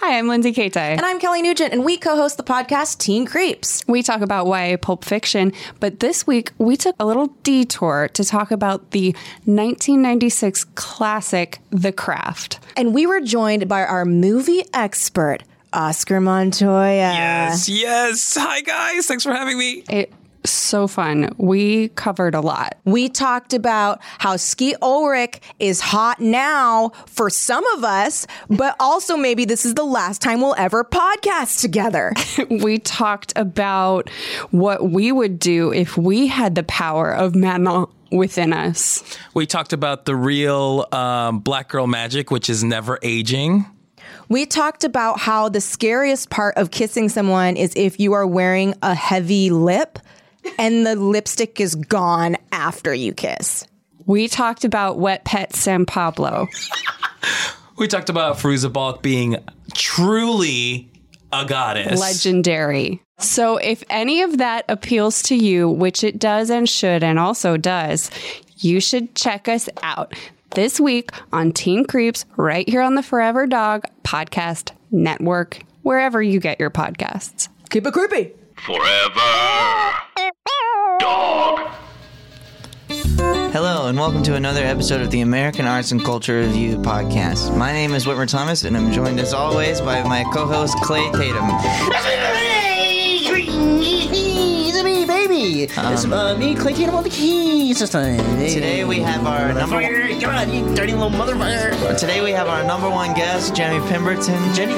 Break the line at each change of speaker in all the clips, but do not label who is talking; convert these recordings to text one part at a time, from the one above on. Hi, I'm Lindsay Kate.
And I'm Kelly Nugent, and we co host the podcast Teen Creeps.
we talk about YA pulp fiction, but this week we took a little detour to talk about the 1996 classic The Craft.
And we were joined by our movie expert, Oscar Montoya.
Yes, yes. Hi, guys. Thanks for having me.
It so fun. We covered a lot.
We talked about how Ski Ulrich is hot now for some of us, but also maybe this is the last time we'll ever podcast together.
We talked about what we would do if we had the power of Manon within us.
We talked about the real um, black girl magic, which is never aging.
We talked about how the scariest part of kissing someone is if you are wearing a heavy lip and the lipstick is gone after you kiss.
We talked about Wet Pet San Pablo.
We talked about Fruza Balk being truly a goddess.
legendary. So, if any of that appeals to you, which it does and should and also does, you should check us out this week on Teen Creeps right here on the Forever Dog Podcast Network, wherever you get your podcasts.
Keep it creepy.
Forever. Dog.
Hello, and welcome to another episode of the American Arts and Culture Review podcast. My name is Whitmer Thomas, and I'm joined as always by my co host, Clay Tatum.
It's me, baby. it's uh, me, Clay Tatum on the keys this time.
Today we have our number one,
Motherfucker, Come on, you dirty little motherfucker.
today we have our number one guest, Jeremy Pemberton.
Jenny.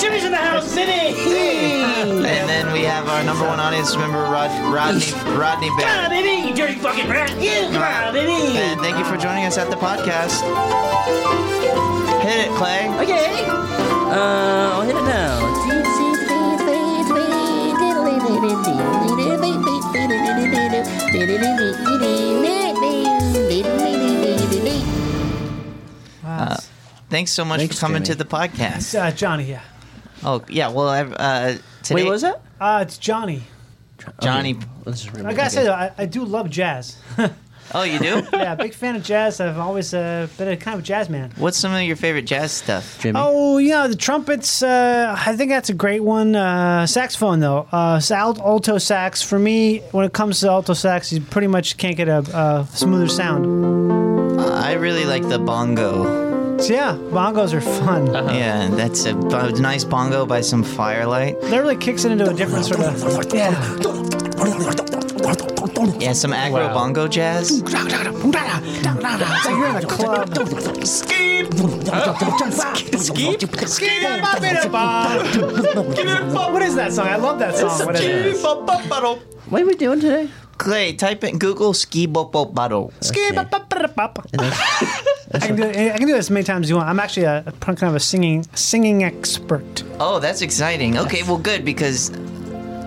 Jimmy's in the house, Jenny. Come
And then we have our number one audience member, Rod, Rodney Rodney
on,
Barrett.
baby, you dirty fucking rat. You, come on, baby.
And thank you for joining us at the podcast. Hit it, Clay.
Okay. Uh, I'll hit it now.
Thanks so much
Thanks,
for coming
Jeremy.
to the podcast.
Uh, Johnny, yeah.
Oh, yeah, well, I've, uh, today.
Wait, what was that?
Uh, it's Johnny.
Johnny.
Let's just
I gotta say though, I, I do love jazz.
Oh, you do?
yeah, big fan of jazz. I've always uh, been a kind of a jazz man.
What's some of your favorite jazz stuff?
Jimmy.
Oh, you know the trumpets. Uh, I think that's a great one. Uh, saxophone though, uh, al- alto sax. For me, when it comes to alto sax, you pretty much can't get a, a smoother sound.
I really like the bongo.
So yeah, bongos are fun.
Yeah, that's a bo- nice bongo by some firelight.
That really kicks it into a different sort of. Yeah.
Yeah, some aggro bongo jazz.
It's like you're in a club. What is that song? I love that song. What is it?
What are we doing today?
Clay, type in Google ski bopo bottle.
I can do it. I can do it as many times as you want. I'm actually a, a kind of a singing singing expert.
Oh, that's exciting. Okay, well, good because.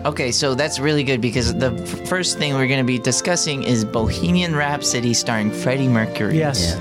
Okay, so that's really good because the f- first thing we're going to be discussing is Bohemian Rhapsody starring Freddie Mercury.
Yes.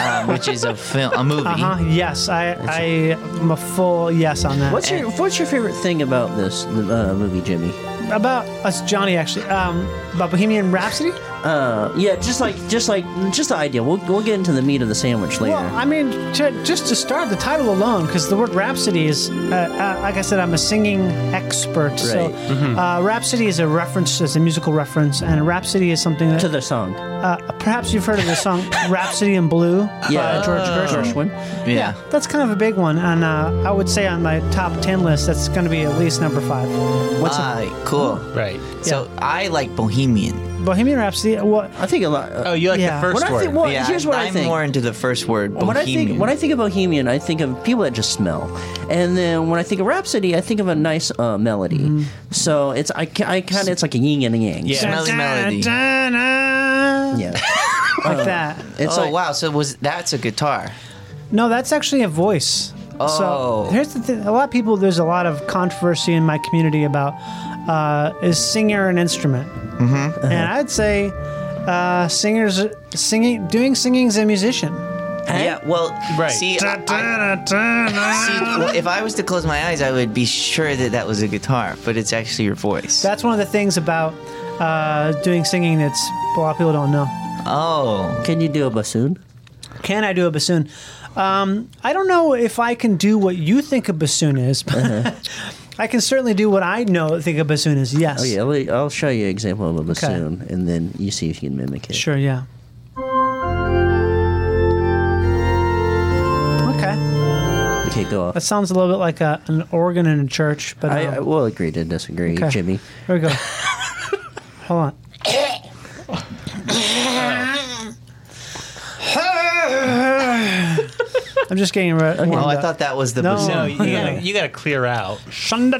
Um, which is a film, a movie.
Uh
Uh-huh.
huh. Yes. I I am a full yes on that.
What's your What's your favorite thing about this uh, movie, Jimmy?
about us, Johnny? Actually, um, about Bohemian Rhapsody.
Uh, yeah, just like just like just the idea. We'll we'll get into the meat of the sandwich later.
Well, I mean, to, just to start, the title alone, because the word rhapsody is, uh, uh, like I said, I'm a singing expert. So,
Right.
uh, rhapsody is a reference, is a musical reference, and rhapsody is something that
to the song.
uh, perhaps you've heard of the song "Rhapsody in Blue" by Uh, George Gershwin.
Gershwin.
Yeah.
That's kind of a big one, and uh, I would say on my top ten list, that's going to be at least number five.
What's cool.
Right.
So I like Bohemian.
Bohemian Rhapsody. What?
I think a lot. Uh,
Oh, you like
Yeah.
the first
when I
word.
think, well,
yeah,
here's what
I'm
I think.
more into the first word, Bohemian.
When I think when I think of Bohemian, I think of people that just smell, and then when I think of Rhapsody, I think of a nice uh, melody.
Mm-hmm.
So it's I, ki- I kind of it's like a yin and a yang.
Yeah.
Smelly melody.
Dun-dun-dun.
yeah.
Like that.
It's
oh
like,
wow! So was that's a guitar?
No, that's actually a voice.
Oh.
So here's the thing: a lot of people. There's a lot of controversy in my community about uh, is singer an instrument? Mm-hmm.
Uh-huh.
And I'd say uh, singers singing doing singing is a musician.
Yeah, well,
Right.
see, I- I- see, well, if I was to close my eyes, I would be sure that that was a guitar, but it's actually your voice.
That's one of the things about uh, doing singing that's a lot of people don't know.
oh,
Can you do a bassoon?
Can I do a bassoon? Um, I don't know if I can do what you think a bassoon is, but I can certainly do what I know think a bassoon is. Yes.
Mm-hmm. Oh yeah, I'll- I'll show you an example of a bassoon, and then you see if you can mimic it.
Sure. Yeah. Okay.
Okay, go off.
That sounds a little bit like a, an organ in a church, but
I,
um,
I will agree to disagree,
okay.
Jimmy.
Here we go. Hold on. I'm just getting right.
oh, I thought that was the
No.
bassoon.
No,
you gotta, you gotta clear out.
Shanda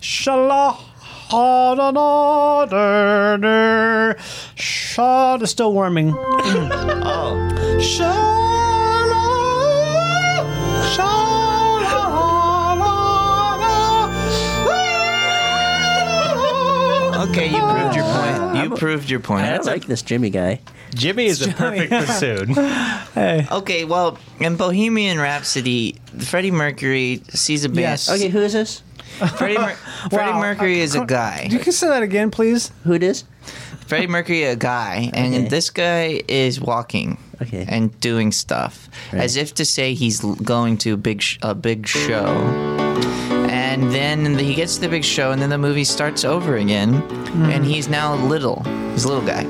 shala ha da da da da sha it's still warming.
Oh.
Shala shala
Okay, you
Oh.
proved your point. You proved your point.
I like this Jimmy guy.
Jimmy is a perfect bassoon.
Okay, well, in Bohemian Rhapsody, Freddie Mercury sees a band.
Yes.
Okay, who is this?
Freddie, Mer- Freddie
Wow.
Mercury is a guy.
You can say that again, please.
Who it is?
Freddie Mercury a guy, and
Okay.
this guy is walking
Okay.
and doing stuff as if to say he's l- going to a big sh- a big show. And then he gets to the big show, and then the movie starts over again,
Mm-hmm.
and he's now little. He's a little guy,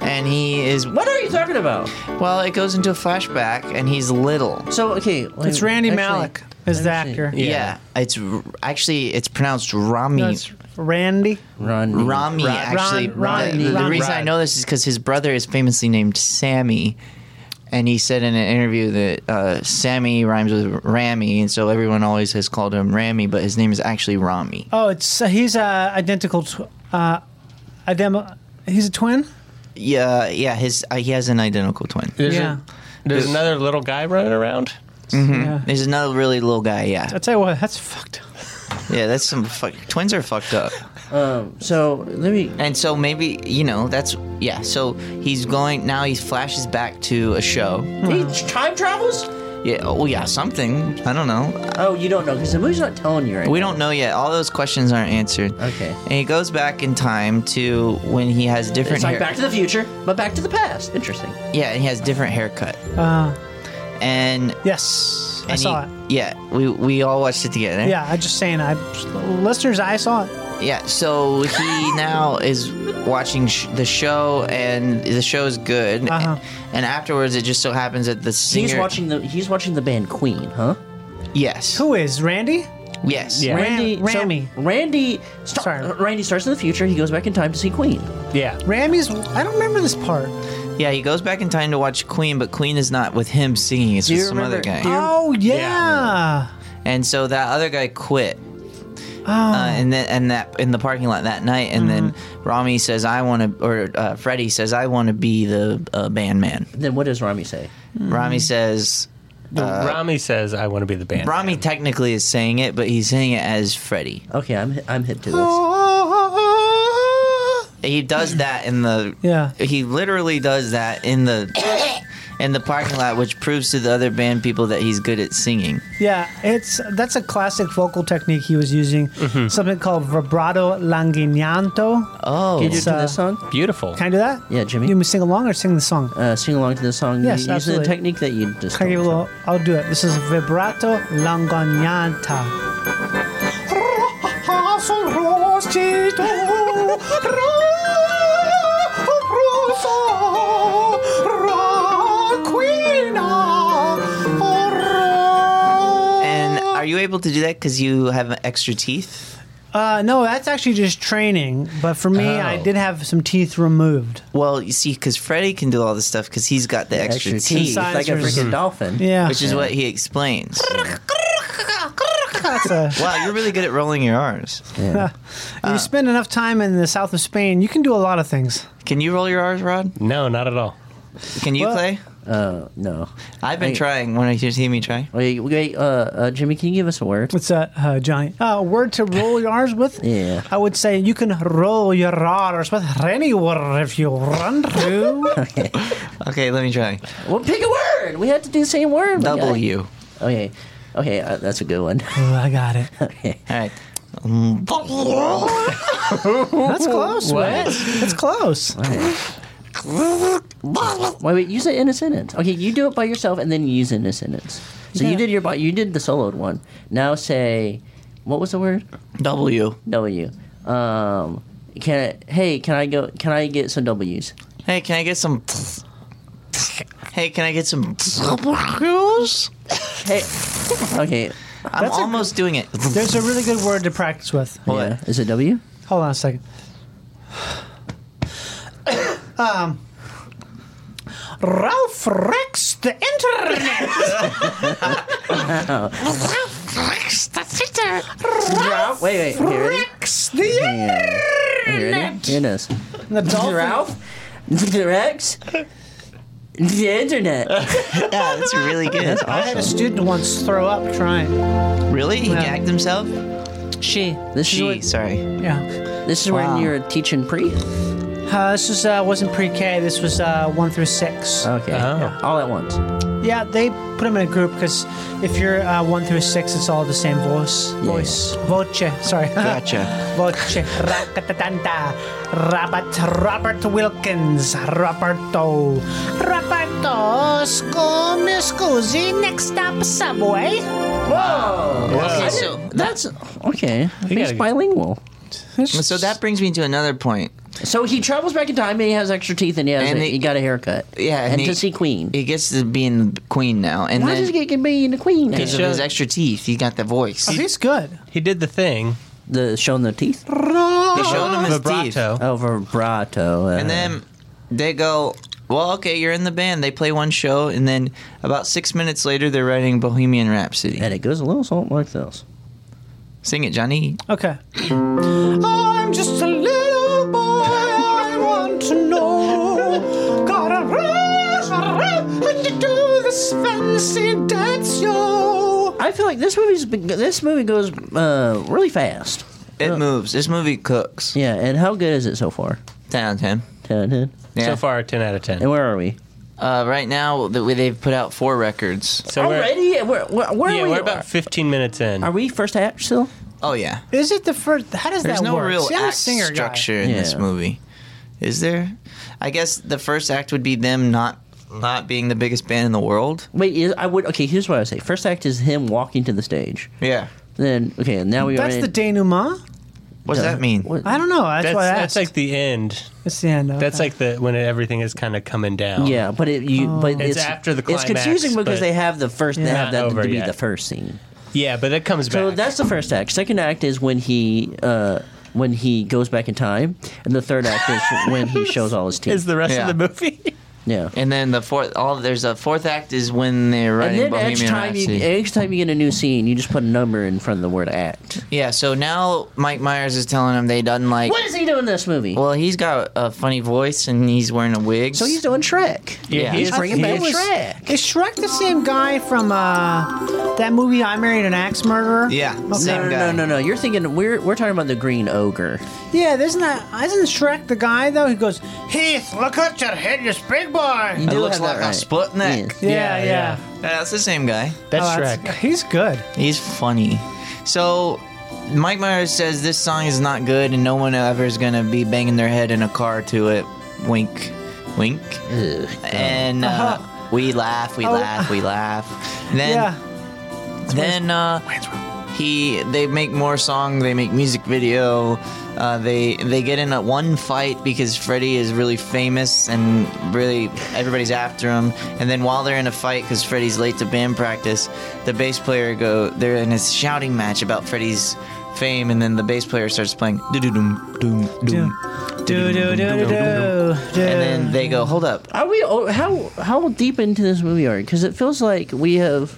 and he is
What are you talking about?
well. It goes into a flashback, and he's little.
So okay,
It's Randy Malik is the
actually-
actor.
Yeah, it's r- actually it's pronounced Rami.
That's Randy.
Ron.
Rami, actually.
Ron-
the, the- the
Ron-
reason I know this is because his brother is famously named Sammy. And he said in an interview that uh, Sammy rhymes with Rami, and so everyone always has called him Rami, but his name is actually Rami.
Oh, it's he's uh, identical. Tw- uh, idem- He's a twin.
Yeah, yeah. His uh, he has an identical twin.
There's,
Yeah.
a, there's another little guy running around.
Yeah.
There's another really little guy. Yeah,
I tell you what, that's fucked. up.
yeah. That's some fuck, twins are fucked up.
So let me.
And so maybe you know that's yeah. So he's going now. He flashes back to a show.
He time travels?
Yeah. Oh yeah. Something. I don't know.
Oh, you don't know because the movie's not telling you right.
We don't know yet. All those questions aren't answered.
Okay.
And he goes back in time to when he has different.
It's like
hair-
Back to the Future, but Back to the Past. Interesting.
yeah, he has different haircut.
Uh-huh.
Uh,
And,
yes, I
and
saw
he-
it.
Yeah, we we all watched it together.
Yeah, I just saying. I listeners, I saw it.
Yeah. So he now is watching sh- the show, and the show is good.
Uh-huh.
And afterwards, it just so happens that the singer.
He's watching the he's watching the band Queen, huh?
Yes.
Who is Randy?
Yes.
Yeah.
Randy, so
Rami.
Randy, sta-
Sorry.
uh, Randy starts in the future. He goes back in time to see Queen.
Yeah.
Rami's. I don't remember this part.
Yeah. He goes back in time to watch Queen, but Queen is not with him singing. It's
Do
with
you
some other
remember-
guy.
do you-
Oh yeah.
and so that other guy quit.
Oh.
Uh, and then and that in the parking lot that night, and then
Mm-hmm.
Rami says, "I want to," or uh, Freddie says, "I want to be the uh, band man."
Then what does Rami say?
Rami says,
Rami says, "I want to be the band."
"Rami technically is saying it, but he's saying it as Freddie."
Okay, I'm I'm hip to
Oh,
this.
He does that in the
Yeah.
He literally does that in the in the parking lot, which proves to the other band people that he's good at singing.
Yeah, it's that's a classic vocal technique he was using.
Mm-hmm.
Something called vibrato languinanto.
Oh,
Can you
it's,
do
uh,
this song?
Beautiful.
Can I do that?
Yeah, Jimmy.
You want me to sing along or sing the song?
Uh, sing along to this song.
Yes,
Use the
absolutely.
technique that you just.
Can I give a
told us.
little? I'll do it. This is vibrato languinanta.
and
Oh.
are you able to do that because you have extra teeth?
Uh, no, that's actually just training. But for me, I
Oh.
did have some teeth removed.
Well, you see, because Freddie can do all this stuff because he's got the extra,
extra teeth,
teeth,
like a
Incisors.
freaking dolphin.
Yeah,
which is what he explains.
that's a-
wow, you're really good at rolling your R's.
uh, you spend enough time in the south of Spain, you can do a lot of things.
Can you roll your R's, Rod?
No, not at all.
Can you
Well-
play?
Uh, no.
I've been trying. Want to see me try?
Wait, wait, uh, uh, Jimmy, can you give us a word?
What's that, uh, Johnny? Uh, a word to roll your R's with?
Yeah.
I would say you can roll your R's with any word if you want to.
Okay, let me try.
Well, pick a word. We had to do the same word. my guy.
W.
Okay. Okay, uh, that's a good one.
Oh, I got it.
All right.
That's close. What? That's close.
Wait, wait. Use an innocent sentence. Okay, you do it by yourself, and then you use it in a sentence. So you did your bi- you did the soloed one. Now say, what was the word?
W.
W. Um, can I, hey, can I go? Can I get some W's?
Hey, can I get some? Hey, can I get some? W's?
Hey. Okay.
I'm almost doing it.
There's a really good word to practice with.
Yeah. Is it W?
Hold on a second. um, Ralph Rex the internet.
Wait, wait. Okay, ready?
Rex the internet.
Okay, ready? Here it is.
The dolphin.
The Rex. The internet.
Yeah, that's really good.
I had a student once throw up trying.
Really? He gagged himself?
She. This is
Gee,
what,
sorry.
Yeah.
this is when you're teaching pre.
Uh, this was, uh, wasn't pre-K. This was uh, one through six.
Okay. All at once.
Yeah, they put them in a group because if you're uh, one through six, it's all the same voice. Voice. Voce. Sorry.
Gotcha.
Voce. Racatatanta. Robert. Robert Wilkins. Roberto. Roberto. School. Scusi. Next stop, subway.
Okay, so
That's okay. He's
gotta-
bilingual.
so that brings me to another point.
So he travels back in time and he has extra teeth and he has
And
a,
he-
he got a haircut.
Yeah,
and,
and he-
to see Queen.
He gets to being queen now, and
Why
then
does he get being the Queen?
because of
should-
his extra teeth, he got the voice.
Oh,
They
he's good.
He did the thing.
The showing the teeth.
showed him his teeth,
Vibrato.
Oh, vibrato. Uh,
and then they go, "Well, okay, you're in the band." They play one show, and then about six minutes later, they're writing Bohemian Rhapsody.
and it goes a little something like this.
Sing it, Johnny.
Okay. I'm just a little boy. I want to know. Gotta rush around to do this fancy dance, yo.
I feel like this movie's been, this movie goes uh, really fast.
It moves. This movie cooks.
Yeah, and how good is it so far?
Ten out of ten.
Ten, ten.
Yeah.
So far, ten out of ten.
And where are we?
Uh, right now, the way they've put out four records.
So we're,
Already? Where, where, where
yeah,
are Uh, we?
we're about fifteen minutes in.
are we first act still?
Oh yeah.
Is it the first? How does
There's
that
no
work?
real
See, I'm a
act
singer guy.
structure in this
Yeah.
movie, is there? I guess the first act would be them not not being the biggest band in the world.
Wait, is, I would. Okay, here's what I would say. First act is him walking to the stage.
Yeah.
Then okay, now we
That's
are.
the denouement.
What does that mean?
What-
I don't know. That's,
That's,
what I asked.
that's like the end.
it's the end.
That's like the when everything is kind of coming down.
Yeah, but it you but
Oh.
it's,
It's after the
It's
climax,
confusing because
but-
they have the first they have
Not
that
over
to be
yet.
the first scene.
yeah, but it comes back.
So that's the first act. Second act is when he uh when he goes back in time, and the third act is when he shows all his teeth.
is the rest
Yeah.
of the movie.
yeah.
And then the fourth, all there's a fourth act is when they're
And
writing
then each
Bohemian
time you
Rhapsody.
each time you get a new scene, you just put a number in front of the word act.
yeah. So now Mike Myers is telling him they doesn't like.
What is he doing in this movie?
Well, he's got a funny voice and he's wearing a wig.
so he's doing Shrek.
yeah.
he's
He's bringing
he
back
is-
Shrek.
Is Shrek the same guy from uh, that movie I Married an Axe Murderer?
Yeah,
No,
same
no,
guy.
no, no, no. You're thinking we're we're talking about the Green Ogre.
Yeah, isn't that isn't Shrek the guy though? He goes, Heath, look at your head, you big boy.
It
do
looks
have that
like a
right.
split neck.
Yes.
Yeah, yeah.
Yeah, that's the same guy.
That's
Oh,
Shrek.
He's good.
He's funny. So Mike Myers says this song is not good and no one ever is going to be banging their head in a car to it. Wink, wink. and uh, we laugh, we laugh, we laugh. And then
yeah.
then uh, he they make more song, they make music video. Uh, they they get in a one fight because Freddy is really famous and really everybody's after him. And then while they're in a fight because Freddy's late to band practice, the bass player go they're in a shouting match about Freddy's fame, and then the bass player starts playing doo doo doom doom doom.
Do do do do do.
And then they go, hold up.
Are we oh, how how deep into this movie are? Because it feels like we have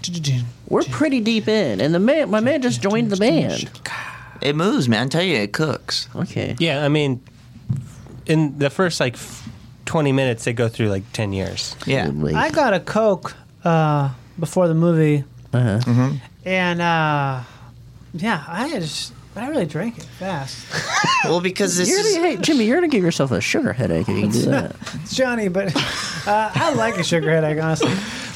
we're pretty deep in, and the man my man just joined the band.
It moves, man. I tell you, it cooks.
Okay,
Yeah, I mean, in the first like f- 20 minutes, they go through like 10 years.
Yeah.
I got a Coke uh, before the movie,
Uh-huh.
Mm-hmm.
and uh, yeah, I just I really drank it fast,
Well, because this
You're
is.
gonna, hey, Jimmy, you're gonna give yourself a sugar headache if you do that.
It's Johnny. But uh, I like a sugar headache, honestly.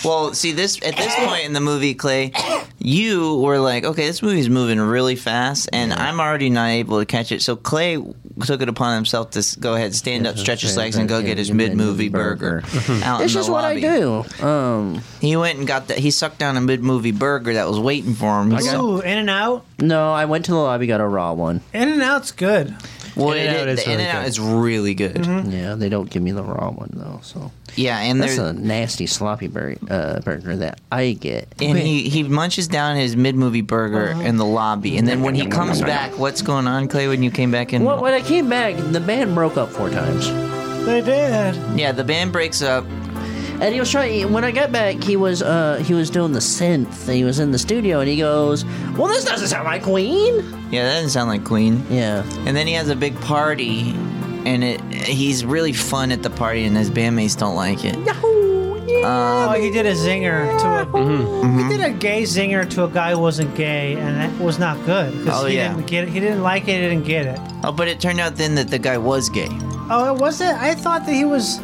Well, see this at this point in the movie, Clay, you were like, okay, this movie's moving really fast, and I'm already not able to catch it. So Clay took it upon himself to s- go ahead, stand up, stretch his
stand
legs,
up
and go
and
get his
get
mid
that
movie burger.
burger.
out
It's
in
just
the
what I
lobby.
do. Um,
He went and got that. He sucked down a mid movie burger that was waiting for him. He saw-
Ooh, In and Out.
no, I went to the lobby, got a raw one.
In and Out's good.
well,
In-N-Out
it-
is
the
really
In-N-Out
good.
is really good.
Yeah, they don't give me the raw one though. So
Yeah, and
Mm-hmm. that's
there's
a nasty sloppy bur- uh, burger that I get.
and he, he munches down his mid movie burger
Uh-huh.
in the lobby, and then when he comes back, what's going on, Clay? When you came back in,
Well, when I came back, the band broke up four times,
They did.
yeah, the band breaks up.
and he was trying. When I got back, he was uh, he was doing the synth. And he was in the studio, and he goes, "Well, this doesn't sound like Queen."
Yeah, that doesn't sound like Queen.
Yeah,
And then he has a big party, and it, he's really fun at the party, and his bandmates don't like it.
Oh, he did a zinger to a.
Mm-hmm.
He did a gay zinger to a guy who wasn't gay, and that was not good because
Oh,
he
yeah.
didn't get it. He didn't like it. He didn't get it.
Oh, but it turned out then that the guy was gay.
Oh, it wasn't. I thought that he was.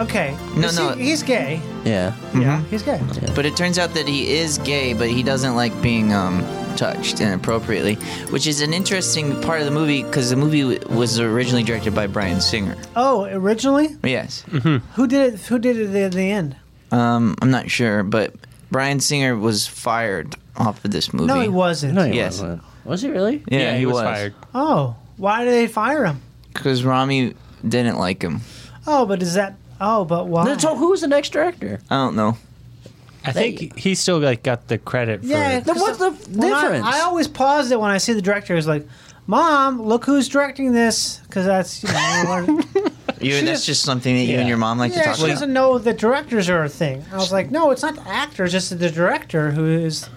Okay.
No,
Is
no.
he- he's gay.
yeah.
Yeah, he's gay.
But it turns out that he is gay, but he doesn't like being um, touched inappropriately, which is an interesting part of the movie because the movie w- was originally directed by Brian Singer.
Oh, Mm-hmm. originally,
Yes.
who did it? Who did it at the end?
Um, I'm not sure, but Brian Singer was fired off of this movie.
No, he wasn't.
No, he
Yes.
wasn't. Was he really?
Yeah,
he, was, fired.
Oh, why did they fire him?
Because Rami didn't like him.
Oh, but is that? Oh, but why?
Then So who was the next director?
I don't know.
I think he still like got the credit for
yeah.
Then what's the
when I-
difference?
I, always pause it when I see the director. It's like, Mom, look who's directing this, because that's you know.
You, that's just something that you and your mom like to
Yeah,
talk
she
about.
doesn't know that directors are a thing. I was like, no, it's not the actor, it's just the director who is.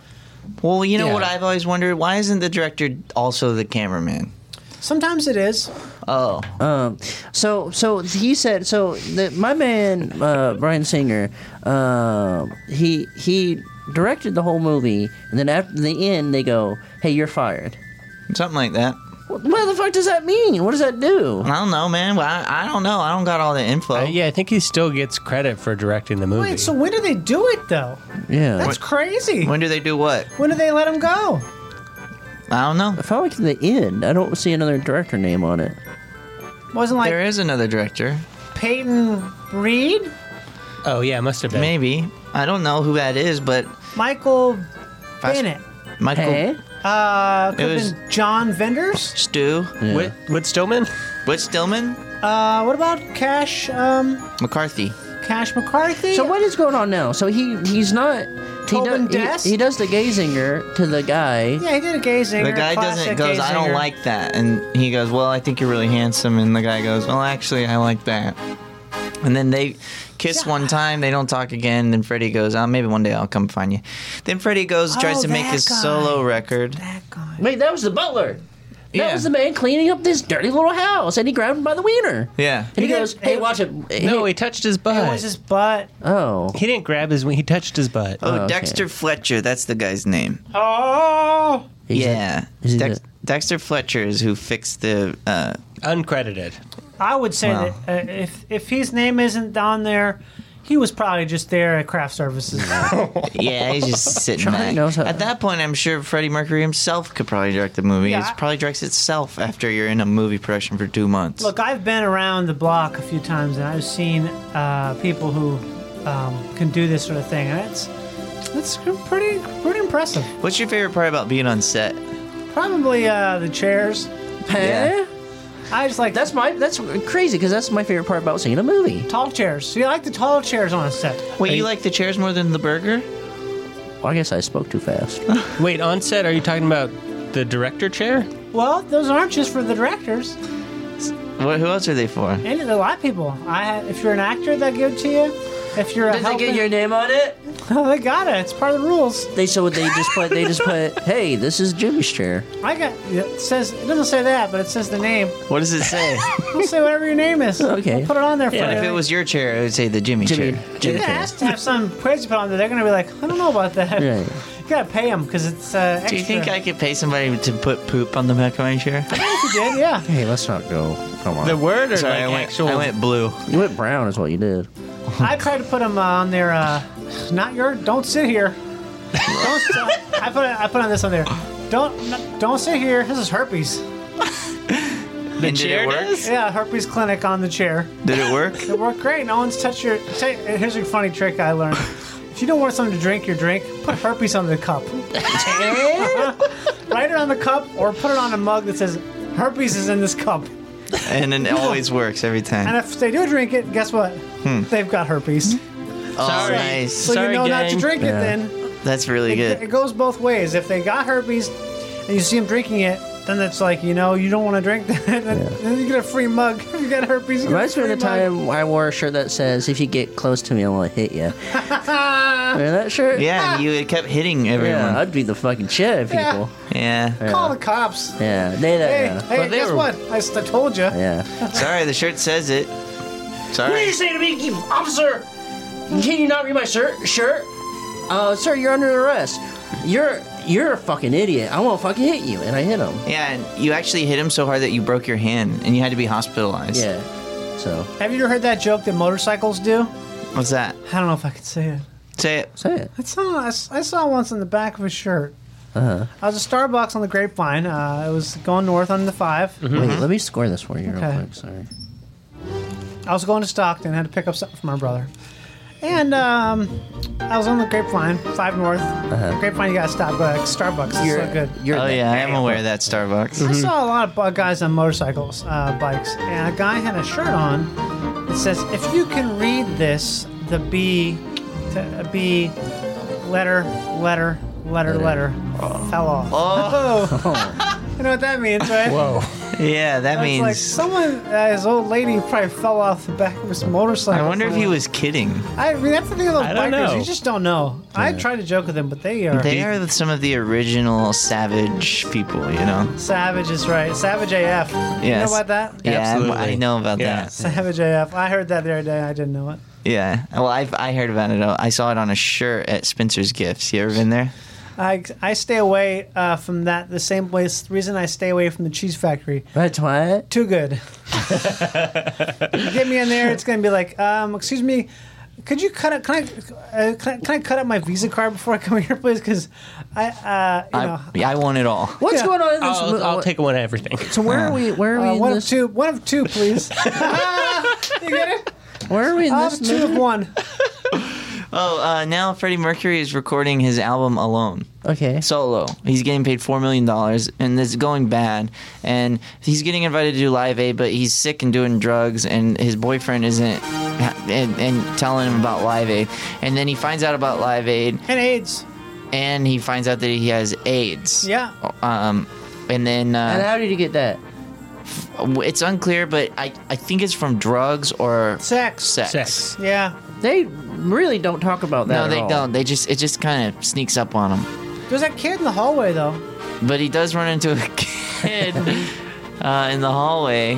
Well, you know
Yeah.
what I've always wondered? Why isn't the director also the cameraman?
Sometimes it is.
Oh,
Um, so so he said so that my man uh, Brian Singer, uh, he he directed the whole movie, and then after the end they go, "Hey, you're fired."
something like that.
What, what the fuck does that mean? What does that do?
I don't know, man. Well, I, I don't know. I don't got all the info.
Uh, yeah, I think he still gets credit for directing the movie.
Wait, so when did they do it though?
Yeah,
That's crazy.
When do they do what?
When did they let him go?
I don't know.
I felt like the end. I don't see another director name on it.
Wasn't like
there is another director.
Peyton Reed,
oh yeah, it must have been.
Maybe. I don't know who that is, but
Michael
Fast-
Bennett,
Michael
Hey,
uh, could
It
have
was-
been John Vendors.
Stu,
Whit, Whit Stillman?
Whit Stillman,
Uh, what about Cash um,
McCarthy.
Cash McCarthy?
so what is going on now? So he he's not. He,
Tobin
does,
Dass?
he, he does the gazinger to the guy.
Yeah, he did a gay zinger.
The guy doesn't
classic
goes,
gay
I don't
zinger.
like that, and he goes, Well, I think you're really handsome, and the guy goes, Well, actually, I like that. And then they kiss one time, they don't talk again. Then Freddie goes, oh, Maybe one day I'll come find you. Then Freddie goes, tries
Oh,
to make
that
his
guy.
solo record.
that guy.
Wait, that was the butler. That
Yeah.
was the man cleaning up this dirty little house, and he grabbed him by the wiener.
Yeah.
And
He
he, goes,
did-
"Hey,
it-
watch it."
No,
Hey-
he touched his butt.
It was his butt.
oh,
he didn't grab his. wing- He touched his butt.
Oh,
okay.
Dexter Fletcher, that's the guy's name.
Oh,
He's
yeah.
a- he's
Dex-
a-
Dexter Fletcher is who fixed the. Uh,
Uncredited.
I would say
Wow.
that uh, if if his name isn't on there, he was probably just there at craft services.
yeah, he's just sitting
Charlie
back.
knows how-
At that point, I'm sure Freddie Mercury himself could probably direct the movie.
Yeah,
It
I-
probably directs itself after you're in a movie production for two months.
Look, I've been around the block a few times, and I've seen uh, people who um, can do this sort of thing, and it's it's pretty pretty impressive.
What's your favorite part about being on set?
Probably uh, the chairs.
Huh?
I just like
That's my that's crazy because that's my favorite part about seeing a movie.
tall chairs. So you like the tall chairs on a set?
Wait, you like the chairs more than the burger?
Well, I guess I spoke too fast.
Wait, on set, are you talking about the director chair?
Well, those aren't just for the directors.
What, who else are they for?
And a lot of people. I ha- if you're an actor, they give it to you. If you're a
Did they
helping,
get your name on it?
no, they got it. It's part of the rules.
They so they just put they just put hey this is Jimmy's chair.
I got it says it doesn't say that, but it says the name.
What does it say?
We'll say whatever your name is.
Okay.
We'll put it on there for
Yeah,
you.
if it was your chair, it would say the Jimmy,
Jimmy,
chair.
You're
Jimmy
gonna
chair.
ask to have some quiz put on there. They're gonna be like, I don't know about that.
Right.
You gotta pay them because it's uh, extra.
Do you think I could pay somebody to put poop on the back of my chair?
You did, yeah.
Hey, let's not go. Come on.
The word or
Sorry,
like
I went,
actual?
I went blue.
you went brown is what you did.
I tried to put them uh, on there. Uh, not your. Don't sit here. Don't. St- I put. A, I put on this on there. Don't. n- Don't sit here. This is herpes.
and did
chair
it work?
does?
Yeah, herpes clinic on the chair.
Did it work?
It worked great. No one's touched your. Ta- and here's a funny trick I learned. If you don't want someone to drink your drink, put herpes on the cup. Write it on the cup or put it on a mug that says herpes is in this cup.
and it always works every
And
time.
if they do drink it, guess what?
Hmm.
They've got herpes.
Oh,
Sorry.
nice.
So
Sorry,
you know not to
gang.
drink
Yeah.
it then.
That's really
It, it
good.
goes both ways. If they got herpes and you see them drinking it, then it's like, you know, you don't want to drink that. then, then you get a free mug. If you got herpes, you get a
Reminds me of
free
the time I wore a shirt that says "If you get close to me, I will hit you."
mug.
Remember that shirt?
Yeah, you kept hitting everyone.
Yeah,
Yeah.
I'd be the fucking shit out of
Yeah.
people.
Call the cops.
Yeah, they don't
Hey,
know.
hey,
they
guess
were-
what? I, s- I told you.
Yeah.
Sorry, the shirt says it.
What
Sorry.
did you say to me, officer? Can you not read my shirt? Shirt? Uh, sir, you're under arrest. You're you're a fucking idiot. I won't fucking hit you, and I hit him.
Yeah, and you actually hit him so hard that you broke your hand and you had to be hospitalized.
Yeah. So
Have you ever heard that joke that motorcycles do?
What's that?
I don't know if I can say it.
Say it.
say it.
I saw, I s- I saw once on the back of a shirt. I was at Starbucks on the Grapevine. Uh, I was going north on the 5
Wait, let me score this for you
Okay.
real quick. Sorry.
I was going to Stockton, had to pick up something for my brother. And um, I was on the Grapevine, 5 North. Grapevine, you gotta stop by Starbucks. It's so good.
You're
Oh
the-
yeah, I am aware of that Starbucks.
I saw a lot of bu- guys on motorcycles, uh, bikes, and a guy had a shirt on that says, "If you can read this, the B, to, B, letter, letter, letter, letter, fell off." Oh. you know what that means, right? Whoa!
Yeah, that
It's like
means.
someone, uh, his old lady, probably fell off the back of his motorcycle.
I wonder if he
somewhere.
was kidding.
I mean, that's the thing with those
I don't
bikers.
know.
You just don't know. I tried to joke with them, but they are
They are some of the original savage people, you know.
savage. Is right, savage AF. You know
Yes.
about that?
Yeah, I'm-
Absolutely.
I know about
Yeah.
that.
Savage AF. I heard that the other day. I didn't know it.
Yeah. Well, I've I heard about it. I saw it on a shirt at Spencer's Gifts. You ever been there?
I, I stay away uh, from that the same place. The reason I stay away from the cheese factory,
That's what.
too good. you get me in there, it's gonna be like, um, excuse me, could you cut it? Can I, uh, can I can I cut up my Visa card before I come here, please? Because I uh, you know.
I, yeah, I want it all.
What's going on in this?
I'll,
mo-
Oh, I'll take one of everything.
So where are we? Where are we
Uh,
in
one of
this?
two, one of two, please. you get it?
Where are we in
I'll
this?
have two of
movie?
one.
Oh, uh, now Freddie Mercury is recording his album alone.
Okay.
Solo. He's getting paid $4 million and it's going bad. And he's getting invited to do Live Aid, but he's sick and doing drugs, and his boyfriend isn't and, and telling him about Live Aid. And then he finds out about Live Aid
And AIDS.
and he finds out that he has AIDS.
Yeah.
Um, and then
and
uh,
how did you get that?
it's unclear, but I, I think it's from drugs or
Sex.
sex.
Sex.
Yeah.
They really don't talk about that.
No,
at
they
all.
don't. They just it just kind of sneaks up on him.
There's that kid in the hallway though.
but he does run into a kid uh, in the hallway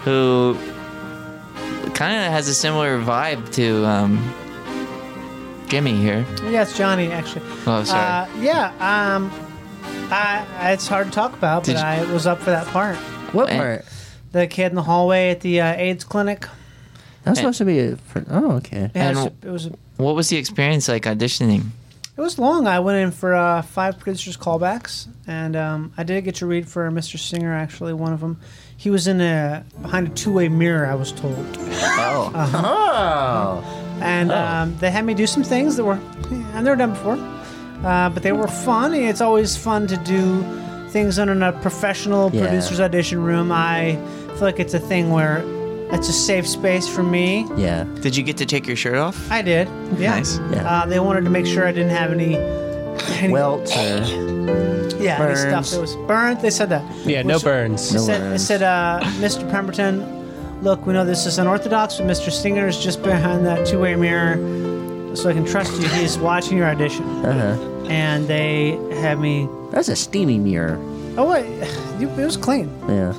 who kind of has a similar vibe to um, Jimmy here.
Yeah, it's Johnny actually.
Oh, sorry.
Uh, yeah, um, I, I- it's hard to talk about, but
Did you-
I was up for that part.
What
Eh.
part?
The kid in the hallway at the uh, AIDS clinic.
That's supposed to be a. For, oh, okay.
Yeah, it was,
And-
it was
what was the experience like auditioning?
it was long. I went in for uh, five producers callbacks, and um, I did get to read for Mr. Singer. Actually, one of them, he was in a behind a two-way mirror. I was told,
Oh,
Oh.
and um, they had me do some things that were I've never done before, uh, but they were fun. It's always fun to do things in a professional
Yeah.
producer's audition room. I feel like it's a thing where it's a safe space for me.
Yeah.
did you get to take your shirt off?
I did. Yeah.
Nice.
Yeah.
Uh, they wanted to make sure I didn't have any, any
Welts or
yeah, any stuff
burns.
that was burnt. They said that.
Yeah, no burns.
It said, it
burns.
said uh, Mr. Pemberton, look, we know this is unorthodox, but Mr. Singer is just behind that two way mirror, so I can trust you. He's watching your audition.
Uh-huh.
And they had me.
That's a steamy mirror.
Oh, wait. You, it was clean.
Yeah.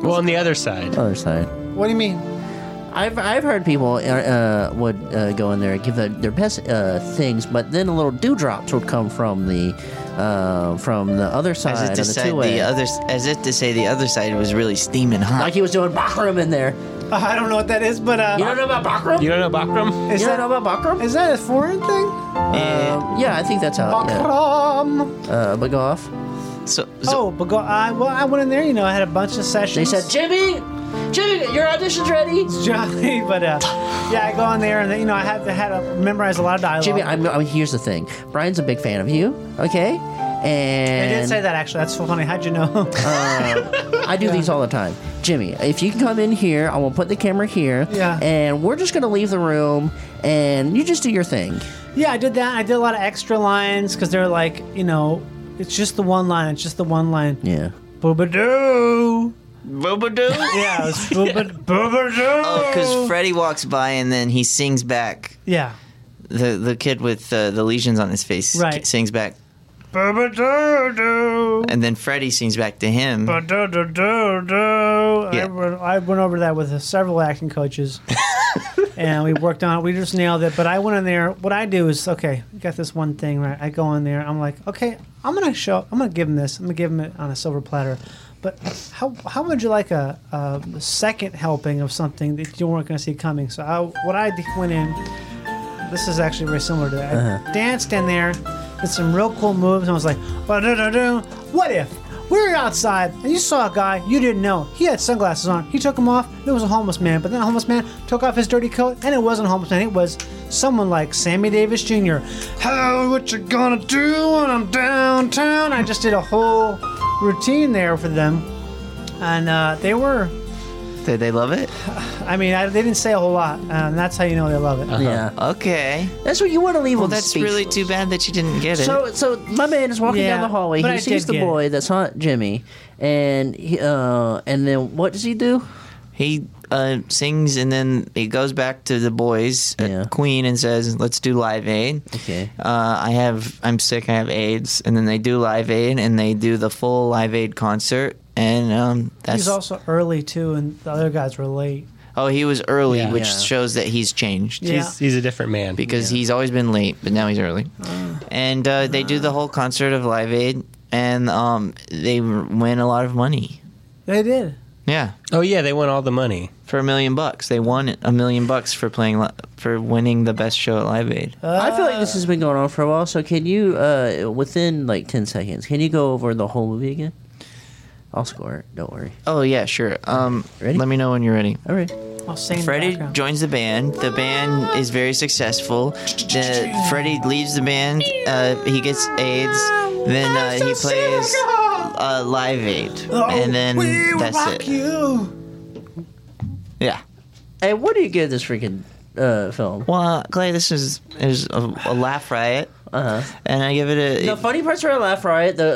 Well, on the other side.
Other side.
What do you mean?
I've, I've heard people uh, uh, would uh, go in there and give their, their best uh, things, but then little dewdrops would come from the uh, from the other side
As if, to
of the
say
two way.
the other, as if to say the other side was really steaming hot.
like he was doing Bakram in there.
Uh, I don't know what that is, but uh,
You don't know about Bakram?
You don't know Bakram?
is,
You
that,
don't know about Bakram?
is that a foreign thing?
Um, yeah, I think that's how. Yeah.
Bakram.
Uh, but go off.
so, so
Oh, but go, I well, I went in there. You know, I had a bunch of
They
sessions.
said, Jimmy, Jimmy, your audition's ready.
Johnny, but uh, yeah, I go in there and then, you know I had to had to memorize a lot of dialogue.
Jimmy, I'm, I mean, here's the thing. Brian's a big fan of you, okay?
I
And
did say that actually. That's so funny. How'd you know?
Uh, I do these all the time. Jimmy, if you can come in here, I will put the camera here.
Yeah.
And we're just gonna leave the room, and you just do your thing.
yeah, I did that. I did a lot of extra lines because they're like, you know, it's just the one line. It's just the one line.
Yeah.
Booba doo.
Boobadoo.
Yeah, it was booba booba doo.
Oh, because Freddy walks by and then he sings back.
yeah.
The the kid with uh, the lesions on his face
Right.
sings back,
Booba doo doo.
and then Freddy sings back to him.
Ba doo doo doo doo.
Mm-hmm. Yeah.
I, went, I went over that with several acting coaches, and we worked on it. We just nailed it. But I went in there. What I do is okay. We got this one thing right. I go in there. I'm like, okay, I'm gonna show. I'm gonna give him this. I'm gonna give him it on a silver platter. But how how would you like a, a second helping of something that you weren't gonna see coming? So I, what I did- went in. This is actually very similar to that. I danced in there, did some real cool moves, and I was like, "Ba-da-da-da, what if? We were outside and you saw a guy you didn't know. He had sunglasses on. He took them off. It was a homeless man. But then a homeless man took off his dirty coat, and it wasn't a homeless man. It was someone like Sammy Davis Jr. How what you gonna do when I'm downtown? I just did a whole routine there for them, and uh, they were.
Did they love it?
I mean, I, they didn't say a whole lot, and that's how you know they love it.
Yeah.
Okay.
That's what you want to leave.
Well,
them
that's really too bad that you didn't get it.
So, so my man is walking
Yeah,
down the hallway. He
but I
sees
did
the
get it.
boy that's Aunt Jimmy, and he, uh, and then what does he do?
he uh, sings and then he goes back to the boys at
Yeah.
Queen and says, "Let's do Live Aid."
Okay.
Uh, I have I'm sick. I have AIDS, and then they do Live Aid and they do the full Live Aid concert. And um, that's
He's also early too, and the other guys were late.
oh, he was early,
Yeah.
which
Yeah.
shows that he's changed.
Yeah.
He's, he's a different man.
because he's always been late, but now he's early. and uh, they do the whole concert of Live Aid, and um, they win a lot of money.
They did.
Yeah,
Oh, yeah, they won all the money.
for a million bucks, they won a million bucks for playing li- for winning the best show at Live Aid.
I feel like this has been going on for a while. So, can you, uh, within like ten seconds, can you go over the whole movie again? I'll score it. Don't worry.
Oh yeah, sure. Um,
Ready?
let me know when you're ready.
All right.
I'll sing. in the
Freddie
background.
joins the band. The band is very successful. The, Freddie leaves the band. Uh, he gets AIDS. Then uh, he plays uh, Live Aid,
Oh,
and then that's it.
you.
Yeah.
And what do you give this freaking uh, film?
Well, Clay, this is is a, a laugh riot,
Uh huh.
and I give it a.
The funny parts are a laugh riot. The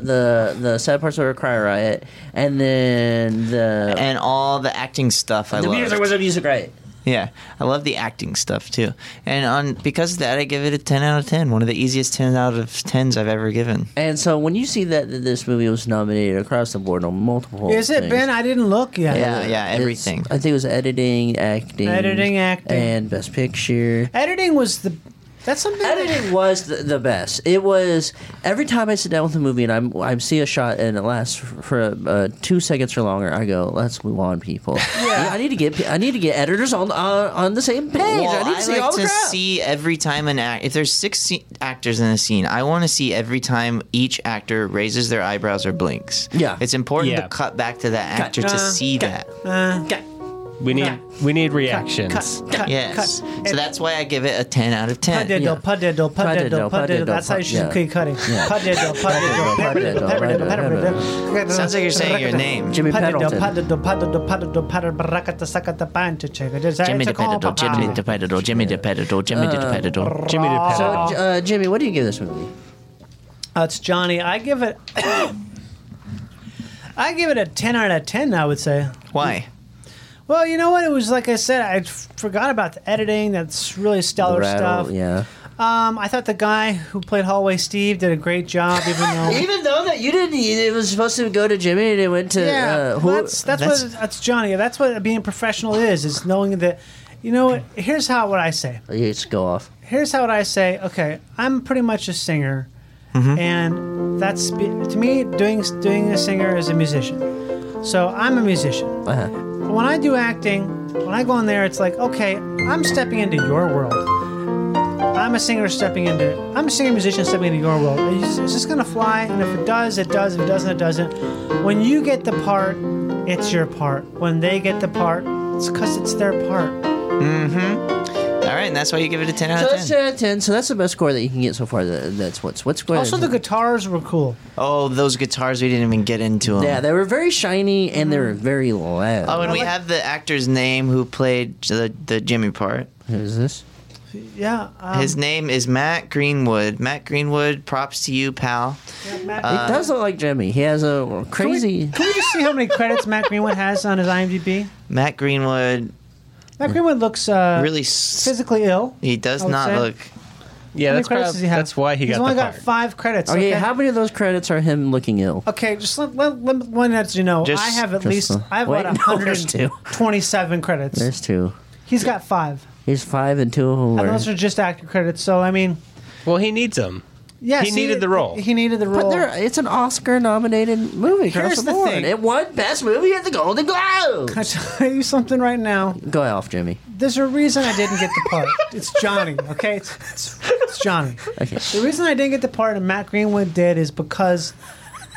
uh, the the sad parts are a cry riot, and then the
and all the acting stuff I
the
love.
music was a music riot.
Yeah, I love the acting stuff too. And on because of that, I give it a ten out of ten. One of the easiest ten out of tens I've ever given.
And so when you see that, that this movie was nominated across the board on multiple,
Is it
things,
Ben? I didn't look yet.
Yeah, yeah,
it's-
everything.
I think it was editing, acting,
Editing, acting.
and best picture.
Editing was the. That's something. that-
Editing was the, the best. It was every time I sit down with a movie and I'm I see a shot and it lasts for uh, two seconds or longer. I go, let's move on, people. Yeah. I need to get I need to get editors on uh, on the same page. I need to see
like
all the
to
crap.
see every time an act. If there's six sce- actors in a scene, I want to see every time each actor raises their eyebrows or blinks.
Yeah.
it's important
Yeah.
to cut back to that
Cut.
actor
Uh,
to see that.
We need we need reactions.
Cut, cut,
Yes,
cut.
so that's why I give it a ten out of ten.
Puddiddle,
Yeah.
puddiddle, puddiddle, puddiddle.
Puddiddle, puddiddle,
That's how you should
yeah.
keep cutting. Puddiddle, puddiddle, pepperdiddle, pepperdiddle,
puddiddle,
pepperdiddle.
Sounds like you're saying your name.
Jimmy
Puddiddle,
Pendleton.
puddiddle, puddiddle, puddiddle, puddiddle, puddiddle, sakata, panta, chaka, desa,
Jimmy
it's a call,
DePedidal, Jimmy
papa.
DePedidal, Jimmy DePedidal, Jimmy DePedidal.
Jimmy DePedal.
So, uh, Jimmy, what do you give this movie?
Uh, It's Johnny. I give it. I give it a ten out of ten. I would say.
Why?
Well, you know what? It was like I said, I f- forgot about the editing. That's really stellar
Rattle,
stuff.
Yeah.
Um, I thought the guy who played Hallway Steve did a great job, even though.
Even though that you didn't, it was supposed to go to Jimmy and it went to
yeah,
uh,
well,
who?
that's that's, what that's Johnny. That's what being professional is. Is knowing that, you know what? Here's how what I say.
You just go off.
here's how would I say, okay, I'm pretty much a singer,
Mm-hmm.
and that's to me doing doing a singer is a musician. So I'm a musician.
Uh-huh.
When I do acting, when I go in there, it's like, okay, I'm stepping into your world. I'm a singer stepping into. I'm a singer musician stepping into your world. It's, it's just gonna fly, and if it does, it does. If it doesn't, it doesn't. When you get the part, it's your part. When they get the part, it's because it's their part.
All right, and that's why you give it a 10 out
So
of
that's
10.
10 out of 10. So that's the best score that you can get so far. That, that's what's what score.
Also,
is
the
it?
guitars were cool.
Oh, those guitars, we didn't even get into them.
Yeah, they were very shiny and they were
Mm-hmm.
very loud.
Oh, and we have the actor's name who played the, the Jimmy part.
Who's this?
Yeah.
Oh.
Um,
His name is Matt Greenwood. Matt Greenwood, props to you, pal.
Matt-
It does look like Jimmy. He has a crazy.
Uh, Can we just see how many credits Matt Greenwood has on his IMDb?
Matt Greenwood
Matt Greenwood looks uh,
really. S-
physically ill.
he does
I would
not
say.
look.
Yeah,
How many credits
that's, prob-
does he have?
that's why he
He's
got
only
the
got
part.
five credits.
okay,
Okay,
how many of those credits are him looking ill?
okay just let, let, let, me- one that's you know.
Just-
I have at
just
least
the-
I have
Wait,
about
no, there's two.
127 credits.
There's two.
He's got five,
He's five and two of them
and
were-
those are just actor credits. So I mean,
Well, he needs them.
yeah,
He needed the role.
He needed the
But
role.
they're, it's an Oscar-nominated movie across
Here's
the
the
board.
thing.
It won Best Movie at the Golden Globe.
I tell you something right now.
Go off, Jimmy.
There's a reason I didn't get the part. It's Johnny, okay? It's, it's, it's Johnny.
Okay.
The reason I didn't get the part and Matt Greenwood did is because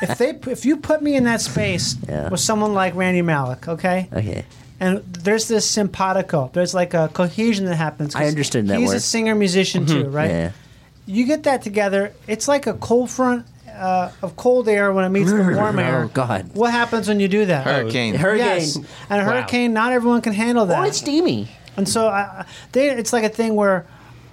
if they if you put me in that space
Yeah.
with someone like Randy Malik, okay,
Okay.
and there's this simpatico, there's like a cohesion that happens. 'cause
I understood that
He's a
word.
singer musician too, right?
Yeah.
You get that together, it's like a cold front uh, of cold air when it meets the warm air.
Oh, God.
What happens when you do that?
Hurricane.
Hurricane.
Yes, and a hurricane. Not everyone can handle that.
Oh, it's steamy.
And so I, I- they, it's like a thing where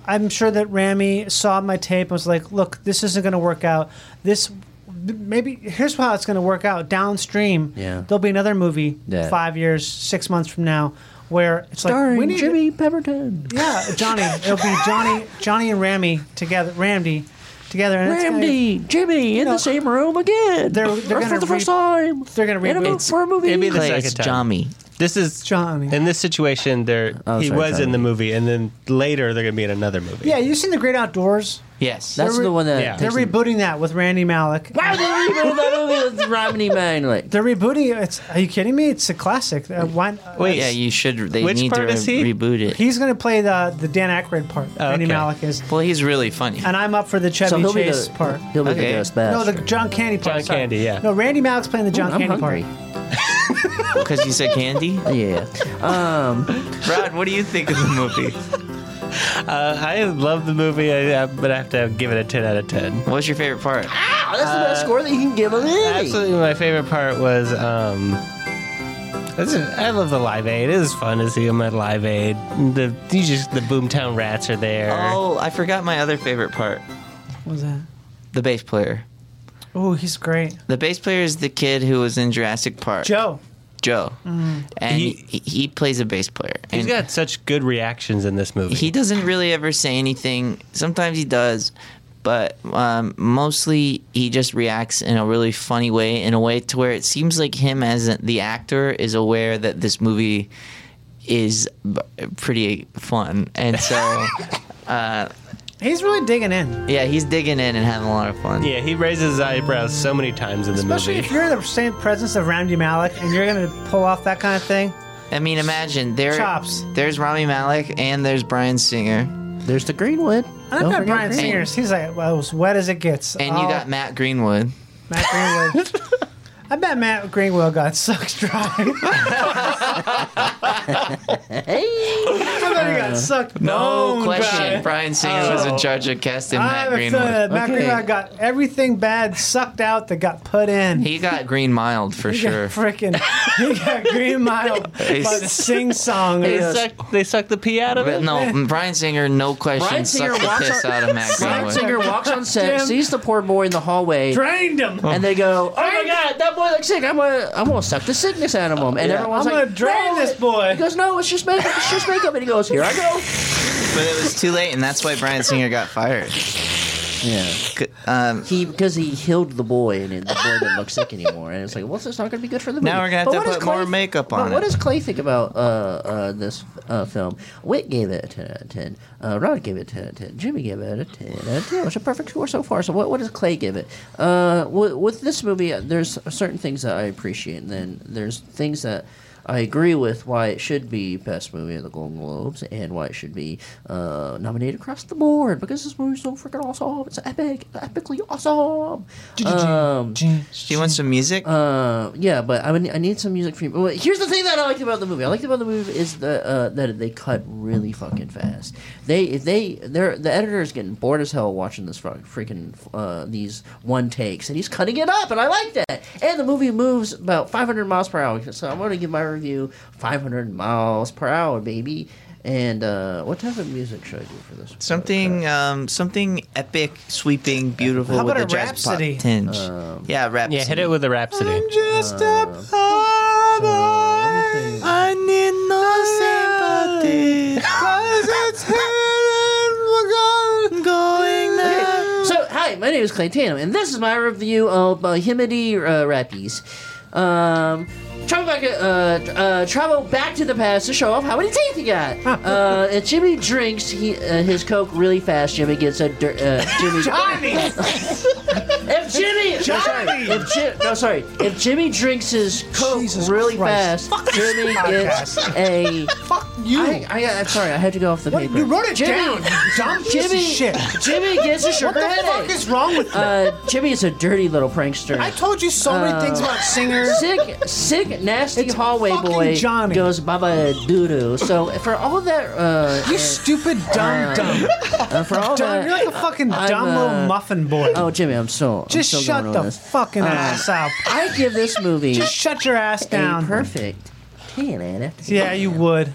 I'm sure that Rami saw my tape and was like, look, this isn't going to work out. This maybe here's how it's going to work out downstream.
Yeah.
There'll be another movie
Yeah.
five years, six months from now where it's
Starring
like we need
Jimmy Pemberton.
Yeah, Johnny. It'll be Johnny, Johnny and Rami together, Ramdy together. And it's gonna-
Randy, Jimmy, in
know,
the same room again.
they're- they're
Or
gonna
for the
re-
first time.
they're gonna
in a, mo-
reboot.
for a movie.
It'd be the
Clay,
second
it's
time.
Johnny.
This is
Johnny.
In this situation, there
Oh,
he
sorry,
was
Johnny.
in the movie, and then later they're gonna be in another movie.
yeah, you seen the Great Outdoors?
Yes.
That's
they're
the
re-
one that.
yeah.
They're
takes them-
rebooting that with Randy Malik.
Why would they reboot that movie with Romney Manley?
They're rebooting it. It's, are you kidding me? It's a classic. Uh, why,
Wait,
yeah, you should. They
Which
need
part
to
is he?
reboot it.
He's going to play the the Dan Aykroyd part. Randy
okay.
Malik is,
well, he's really funny.
and I'm up for the Chevy
So he'll be
Chase
the
part.
He'll be
Okay.
the ghost best.
No, the John Candy part.
John
sorry.
Candy, yeah.
No, Randy Malik's playing the John
I'm
Candy
hungry.
part.
Because you said candy?
Yeah.
Rod, what do you think of the movie?
Uh, I love the movie, I, I, but I have to give it a ten out of ten.
What's your favorite part?
Wow, that's the best score that you can give a movie.
Absolutely, my favorite part was. Um, this is- I love the Live Aid. It was fun to see him at Live Aid. The you just the Boomtown Rats are there.
Oh, I forgot my other favorite part
What was that?
the bass player.
Oh, he's great.
The bass player is the kid who was in Jurassic Park.
Joe.
Joe. And
He-
he, he, plays a bass player.
He's
and
got such good reactions in this movie.
he doesn't really ever say anything. Sometimes he does, but um, mostly he just reacts in a really funny way, in a way to where it seems like him as the actor is aware that this movie is b- pretty fun, and so
He's really digging in,
yeah, he's digging in and having a lot of fun.
yeah, he raises his eyebrows so many times in the
especially
movie.
if you're in the same presence of Randy Malik and you're going to pull off that kind of thing.
I mean, imagine there,
Chops.
there's Rami Malek and there's Brian Singer,
There's the Greenwood.
And I've
Don't
got
forget
Brian
Greenwood.
Singers. He's like, well, as wet as it gets.
and you
Oh,
got Matt Greenwood.
Matt Greenwood. I bet Matt Greenwood got sucked dry. I bet he
Uh,
got sucked.
No
bone
question.
dry.
Brian Singer was
Oh.
in charge of casting
I
Matt
have a feeling
Greenwood.
that Ah, uh, Matt
Okay.
Greenwood got everything bad sucked out that got put in.
He got green mild for
He got
sure.
Freaking, he got Green Mile by the sing song.
They
Yes.
suck, they suck the pee out of
But
it.
no, Brian Singer, no question,
Bryan Singer
sucked the
walks
piss
on-
out of Matt
Brian
Greenwood.
Singer walks on set,
Damn.
sees the poor boy in the hallway,
Drained him.
and they go, "Oh my my god, that boy looks sick. I'm gonna, I'm gonna suck the sickness out of him. And everyone's
I'm
like,
gonna drain
"No!"
this boy.
He goes, no, it's just makeup. It's just makeup. And he goes, here I go.
But it was too late, and that's why Brian Singer got fired.
Yeah.
C- Um,
He because he healed the boy and it- the boy didn't look sick anymore. And it's like, well, it's not going to be good for the movie.
Now we're gonna have
But
to
what does
put more makeup on
but What
it.
does Clay think about uh, uh, this uh, film? Whit gave it a ten out of ten. Uh, Rod gave it a ten out of ten. Jimmy gave it a ten out of ten. It's a perfect score so far. So what, what does Clay give it? Uh, with, with this movie, uh, there's certain things that I appreciate, and then there's things that. I agree with why it should be best movie of the Golden Globes and why it should be uh, nominated across the board because this movie's so freaking awesome. It's epic, epically awesome. Um,
do you want some music?
uh, yeah, but I would, I need some music for you. Well, here's the thing that I liked about the movie. I liked about the movie is the uh, that they cut really fucking fast. They if they they're the editor is getting bored as hell watching this fuck- freaking uh, these one takes, and he's cutting it up, and I like that. And the movie moves about 500 miles per hour, so I'm gonna give my review 500 miles per hour, baby. And uh, what type of music should I do for this?
Something, um, something epic, sweeping, beautiful
How
with
about a
a jazz pop
rhapsody?
tinge.
Um,
yeah, rhapsody.
Yeah, hit it with a rhapsody.
Just a
Uh,
poor boy. I need no sympathy. Cause it's
Oh
hidden. We're going there.
So, hi, my name is Clay Tanum, and this is my review of Bohemity uh, Rappies. Um, travel back, uh, uh, travel back to the past to show off how many teeth he got. Uh, and Jimmy drinks he, uh, his Coke really fast. Jimmy gets a dirt. Uh, Jimmy. if Jimmy.
Johnny!
No, sorry. If Jim, no, sorry. If Jimmy drinks his Coke
Jesus
really
Christ.
fast, Jimmy gets a.
Fuck you.
I, I, am sorry, I had to go off the
What-
paper.
you wrote it
Jimmy,
down, you dumb piece of
Jimmy,
shit.
Jimmy gets a sugar
what the
headache.
fuck is wrong with you?
Uh, Jimmy is a dirty little prankster. Uh,
I told you so many things about singers.
sick, sick, nasty
It's
hallway
fucking
boy
Johnny.
goes baba doo doo. So for all that, uh,
You stupid dumb dumb.
uh, for all
Dumb,
that,
you're like a fucking
I'm,
dumb little
uh,
muffin boy.
oh Jimmy, I'm so
Just
I'm so
shut
going
the
on this.
fucking ass up.
I give this movie
Uh, Just shut your ass
a
down.
perfect ten out of ten.
Yeah, you would.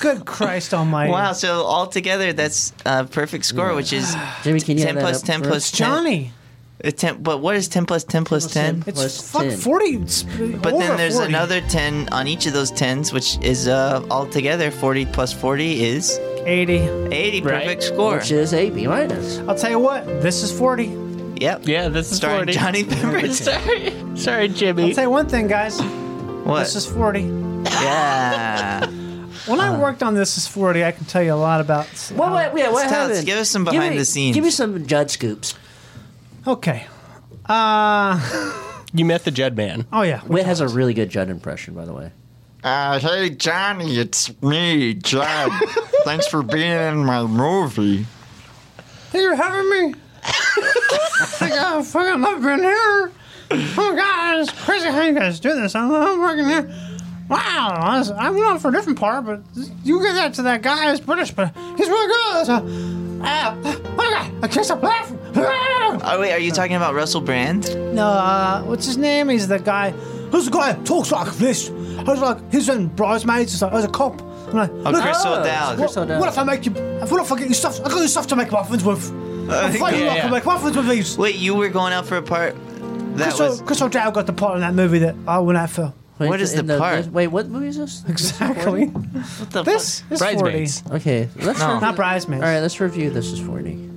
Good Christ Almighty.
Wow, so altogether that's a perfect score, which is
Jimmy, can you
10
add that
plus
up
10
for
plus
us?
10.
Johnny,
Uh, 10 but what is 10 plus 10 plus 10?
it's
Plus
fuck
10.
40. it's
But
over
then there's
40.
another 10 on each of those 10s, which is uh, altogether 40 plus 40 is
80.
80.
Right.
Perfect score.
Which is a B minus.
I'll tell you what, this is 40.
Yep.
Yeah, this is
Starring
40.
Johnny Pemberton.
Sorry, sorry, Jimmy.
I'll tell you one thing, guys.
What?
This is 40.
yeah.
When I worked on This Is 40, I can tell you a lot about.
What? What? Yeah, what
Tell us,
happened?
give us some
me-
behind the scenes.
Give me some judge scoops.
Okay. Uh,
You met the Judd man.
oh, yeah.
Whit has a really good Judd impression, by the way.
Uh, hey, Johnny, it's me, John. Thanks for being in my movie.
Thank you for having me. I got fucking love being here. Oh God, it's crazy how you guys do this. I love working here. Wow, I was, I'm not for a different part, but you get that to that guy. He's British, but he's really good. So, ah, oh my God, I can't stop laughing. Ah!
Oh, wait, are you talking about Russell Brand?
No, uh, what's his name? He's the guy. Who's the guy that talks like this? I was like, he's in bridesmaids. He's like, I was a cop. I'm like,
Oh,
look,
Chris O'Dowd.
what, what if I make you? What if I get you stuff? I got you stuff to make muffins with.
Uh,
I think you I
yeah.
can make muffins with these.
Wait, you were going out for a part that
Chris,
was.
o- Chris O'Dowd got the part in that movie that I will not fill.
Wait,
What is
in
the part?
wait, what movie is this?
Exactly.
What the
This
fuck?
is 40.
Bridesmaids.
Okay, let's
No.
review-
Not bridesmaids.
All right, let's review. This is forty.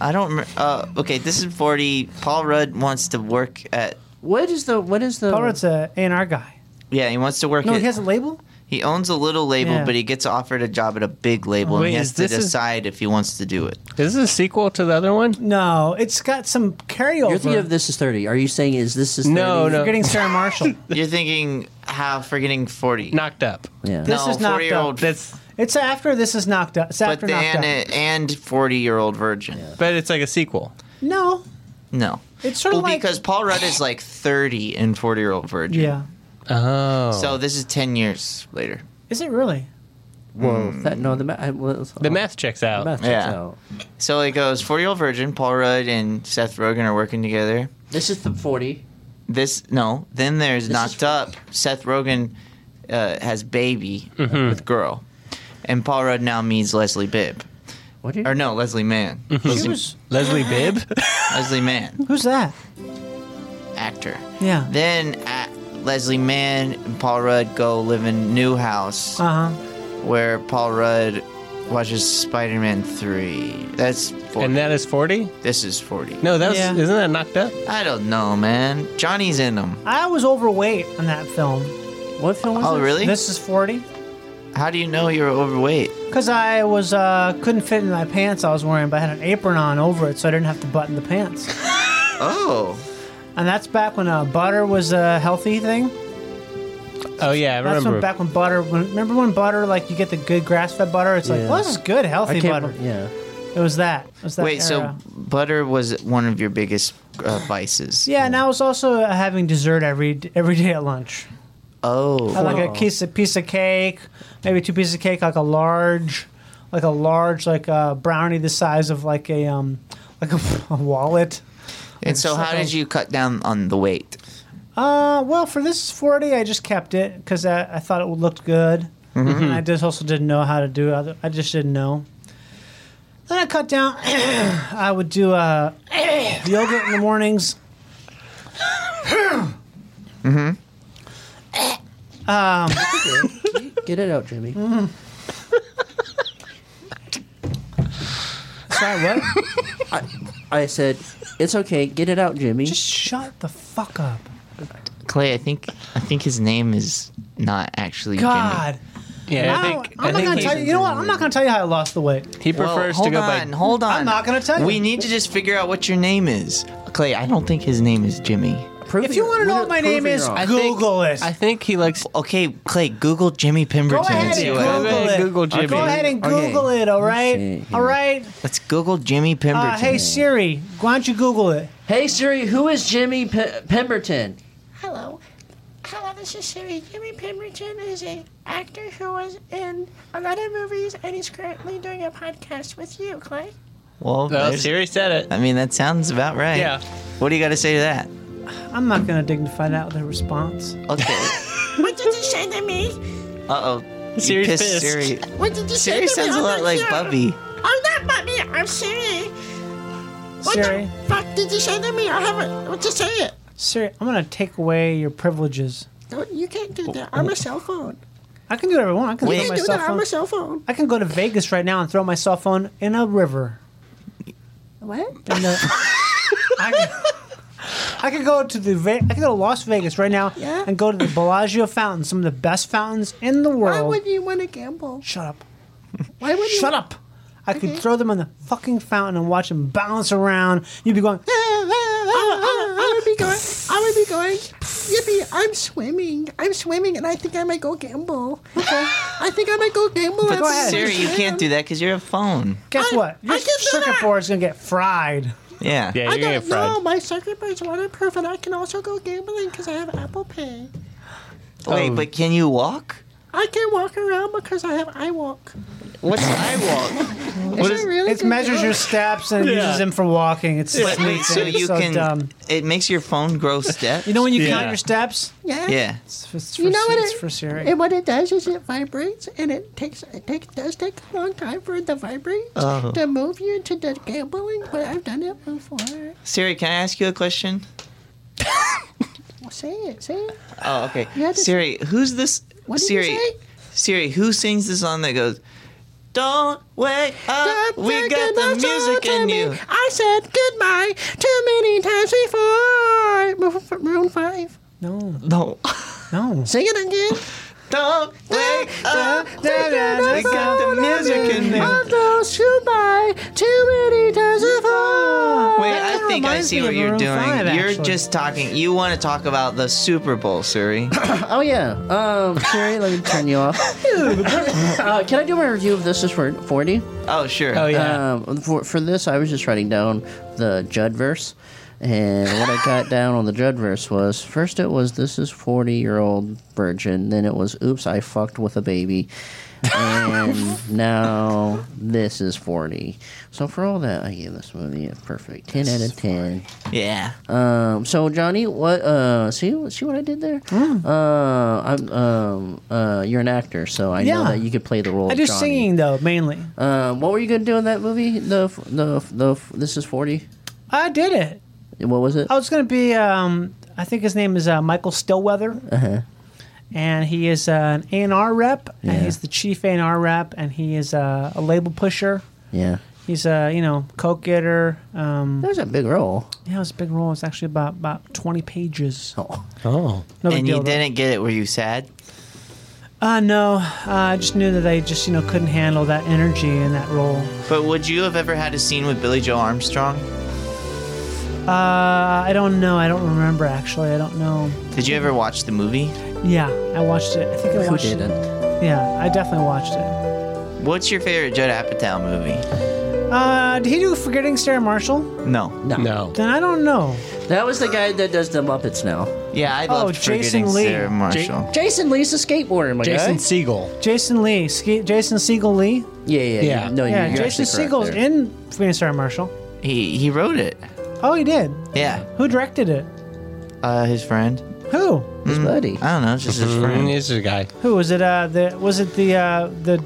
I don't remember. Uh, okay, this is 40. Paul Rudd wants to work at.
What is the what is the
Paul Rudd's uh, a A&R guy.
Yeah, he wants to work
No,
at.
he has a label?
He owns a little label,
Yeah.
but he gets offered a job at a big label, and
Wait,
he
is
has to
this a-
decide if he wants to do it.
Is this a sequel to the other one?
No, it's got some carryover.
You're thinking of this uh, is thirty. Are you saying is this is 30?
No, no.
Forgetting Sarah Marshall.
You're thinking, how for getting forty?
Knocked up.
Yeah.
This
no,
is knocked up.
forty-year-old.
That's
it's after this is knocked up. It's
But
after knocked
then
up.
it- and forty-year-old virgin.
but it's like a sequel.
no,
No,
it's sort
well,
of like
because Paul Rudd is like thirty and forty-year-old virgin.
yeah.
Oh.
So this is ten years later.
Is it really?
Well,
Mm.
that, no, the, ma- I- well,
the math checks out.
Oh. math checks
Yeah.
out.
So it goes forty-year-old virgin. Paul Rudd and Seth Rogen are working together.
This is the forty.
This no. Then there's knocked
is-
up. Seth Rogen uh, has baby
Mm-hmm.
with girl, and Paul Rudd now meets Leslie Bibb.
What did
Or no,
Mm-hmm.
Leslie Mann. Leslie,
Who's
Leslie Bibb.
Leslie Mann.
who's that?
actor.
Yeah.
Then uh, Leslie Mann and Paul Rudd go live in Newhouse,
Uh huh.
where Paul Rudd watches Spider Man 3. That's 40.
And that is 40?
this is 40.
No, that's
Yeah.
isn't that knocked up?
I don't know, man. Johnny's in them.
I was overweight on that film.
What film was
Oh,
it?
really?
This is 40.
How do you know you're overweight?
Because I was uh, couldn't fit in my pants I was wearing, but I had an apron on over it, so I didn't have to button the pants.
Oh.
And that's back when uh, butter was a healthy thing.
Oh yeah, I
That's
remember.
when back when butter. When, remember when butter, like you get the good grass-fed butter? It's like,
Yeah.
well, this is good, healthy
I can't.
butter.
Yeah.
It was that. It was that
Wait, so
era.
butter was one of your biggest uh, vices.
Yeah, and I was also uh, having dessert every every day at lunch. I
Oh.
had, like a piece of piece of cake, maybe two pieces of cake, like a large, like a large like uh, brownie the size of like a um like a, a wallet.
And so, how did you cut down on the weight?
Uh, well, for this 40, I just kept it because I, I thought it looked good. And I just also didn't know how to do it. other- I just didn't know. Then I cut down. I would do uh, yogurt in the mornings.
Get it out, Jimmy.
Sorry, what?
I said, it's okay. Get it out, Jimmy.
just shut the fuck up.
Clay, I think I think his name is not actually
God.
yeah, I
I
think
am
I
not
think
going to
he,
tell you. You know what? I'm not going to tell you how I lost the weight.
he
Jimmy. Whoa,
prefers
hold
to go
on,
by
hold on.
I'm not gonna tell you.
We need to just figure out what your name is, Clay. I don't think his name is Jimmy.
Prove
If
it-
you want to know what
prove
my
it- prove
name
it
is,
wrong.
I think-
Google it.
I think he likes
Okay, Clay, Google Jimmy Pemberton.
Go ahead
and see
and
what happens.
Google it.
Google Jimmy.
Go ahead and
Okay.
Google it, all
see
right?
here.
All right?
Let's Google Jimmy Pemberton.
Uh, hey, Siri, why don't you Google it?
Hey Siri, who is Jimmy P- Pemberton?
Hello. Hello, this is Siri. Jimmy Pemberton is a actor who was in a lot of movies and he's currently doing a podcast with you, Clay.
well,
Oh,
there's-
Siri said it.
I mean, that sounds about right.
Yeah.
What do you got to say to that?
I'm not going to dignify that with a response.
Okay.
What did you say to me?
uh oh.
Siri's
pissed
pissed.
Siri.
What did you say
Siri
to me?
sounds a
I'm
lot
not
like
here.
Bubby.
I'm not Bubby, I'm Siri. What
Siri.
the fuck did you say to me? I haven't. What you say it?
Siri, I'm going to take away your privileges.
Don't, you can't do that. I'm a cell phone.
I can do whatever I want. I can
Wait.
throw
You
my
can't do
cell
that. I'm
phone.
a cell phone.
I can go to Vegas right now and throw my cell phone in a river.
What?
In the- I, can- I could go to the Ve- I could go to Las Vegas right now
Yeah?
and go to the Bellagio fountain, some of the best fountains in the
Why
world.
would you want to gamble?
Shut up.
Why would you?
Shut up. I could throw them in the fucking fountain and watch them bounce around. You'd be going,
I would be going. I would be going. Yippee! I'm swimming. I'm swimming, and I think I might go gamble. Okay. I think I might go gamble.
But
after I
Siri, you
swim.
can't do that because you're a phone.
guess
I-
what?
I
Your
can do
circuit
that.
board's gonna get fried.
Yeah.
Yeah,
I
you're gonna
got
get fried.
no. My circuit board's waterproof, and I can also go gambling because I have Apple Pay.
Wait, but can you walk?
I can walk around because I have iWalk.
What's I walk?
What is, really
It
good
measures your
joke.
steps and it uses them for walking. It's
But wait, so
it's
you
so
can.
dumb.
It makes your phone grow steps.
You know when you count
Yeah.
your steps?
Yeah.
Yeah.
It's for, it's
You
for-
know what
it's
it-
for Siri.
And what it does is it vibrates, and it takes it take, does take a long time for it to vibrate to move you into the gambling. But I've done it before.
Siri, can I ask you a question?
Well, say it, say it.
Oh, okay.
Yeah, this-
Siri, who's this?
What did you
Siri,
say?
Siri, who sings the song that goes, "Don't wake up,
Stop
we got
taking
the
my soul
music
to
in
me.
you"?
I said goodbye too many times before. Maroon- Maroon Five.
No,
No.
no.
Sing it again.
Don't wake up, we got the music in you.
I've lost you by too many times before.
Wait,
That
I think I
reminds
see
me
what
of
you're
Maroon
doing.
five,
you're
actually.
just talking. You want to talk about the Super Bowl, Siri?
Oh yeah. Um, Siri, let me turn you off. uh, can I do my review of this? Is for forty?
Oh, sure.
Oh yeah.
Um, for, for this, I was just writing down the Judverse. And what I got down on the Judverse was first it was this is 40 year old virgin, then it was oops, I fucked with a baby. And now this is 40. So for all that, I give this movie a perfect 10 out of 10.
yeah.
Um, so Johnny, what? Uh, see, see what I did there?
Mm.
Uh, I'm, um, uh, you're an actor, so I know
Yeah.
that you could play the role.
I
of
do
Johnny.
singing though mainly.
Um, what were you gonna do in that movie? The f- the f- the f- this is forty.
I did it. Uh,
What was it?
I was gonna be um I think his name is uh, Michael Stillweather,
Uh-huh.
and he is uh, an A and R rep,
Yeah.
and he's the chief A and R rep, and he is uh, a label pusher.
Yeah.
He's a you know coke getter. Um,
that was a big role.
Yeah, it was a big role. It's actually about about twenty pages.
Oh,
Oh.
No big
and you
deal, though.
didn't get it. Were you sad?
Uh, no, uh, I just knew that they just you know couldn't handle that energy in that role.
But would you have ever had a scene with Billy Joe Armstrong?
Uh, I don't know. I don't remember actually. I don't know.
Did you ever watch the movie?
Yeah, I watched it. I think I
Who
watched
didn't?
it. Yeah, I definitely watched it.
What's your favorite Judd Apatow movie?
Uh, did he do Forgetting Sarah Marshall?
No.
No. No.
Then I don't know.
That was the guy that does the Muppets now.
Yeah, I
Oh, loved Jason Forgetting Lee. Sarah Marshall.
Jason Lee's a skateboarder, my guy.
Siegel.
Jason Lee. Ske- Jason Siegel Lee.
Yeah, yeah,
Yeah.
yeah. No,
yeah,
you're
Jason
actually correct
Siegel's
there.
in Forgetting Sarah Marshall.
He he wrote it.
Oh, he did.
Yeah.
Who directed it?
Uh, his friend.
Who?
His buddy.
I don't know. It's just his friend.
Mm, He's a guy.
Who was it? Uh, the was it the uh, the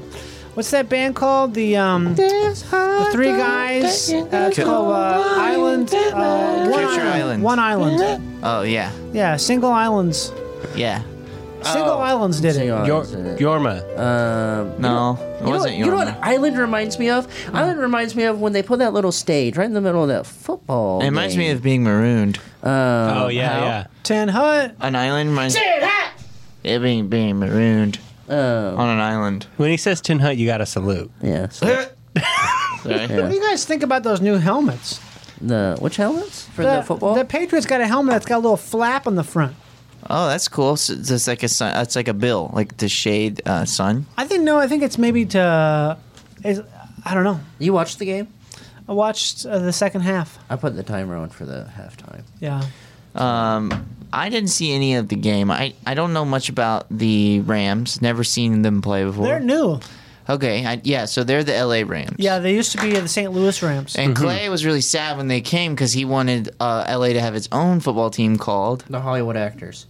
what's that band called? The um, the three guys. Uh, it's
Ki-
called uh, Island. Uh, one
Future
island.
Island.
One island.
Oh yeah,
Yeah, single islands.
yeah.
Single islands did it.
Yor-
Yorma.
Um,
No, it
you know,
wasn't
you know what
Yorma.
Island reminds me of? Island reminds me of when they put that little stage right in the middle of that football.
It reminds me of being marooned.
Uh,
Oh, yeah,
how-
yeah.
Ten hut.
An island reminds. It being being marooned
Oh.
on an island.
When he says Tin Hut, you gotta salute.
Yeah.
Sorry.
What do you guys think about those new helmets?
The which helmets for
the,
the, football?
The Patriots got a helmet that's got a little flap on the front.
Oh, that's cool. So it's just like a sun. It's like a bill, like to shade uh, sun.
I think no. I think it's maybe to. uh, Is, I don't know.
You watched the game?
I watched uh, the second half.
I put the timer on for the halftime.
Yeah.
Um, I didn't see any of the game. I I don't know much about the Rams. Never seen them play before.
They're new.
okay, I, yeah. So they're the L.A. Rams.
Yeah, they used to be the St. Louis Rams.
And
Mm-hmm.
Clay was really sad when they came because he wanted uh, LA to have its own football team called.
The Hollywood actors.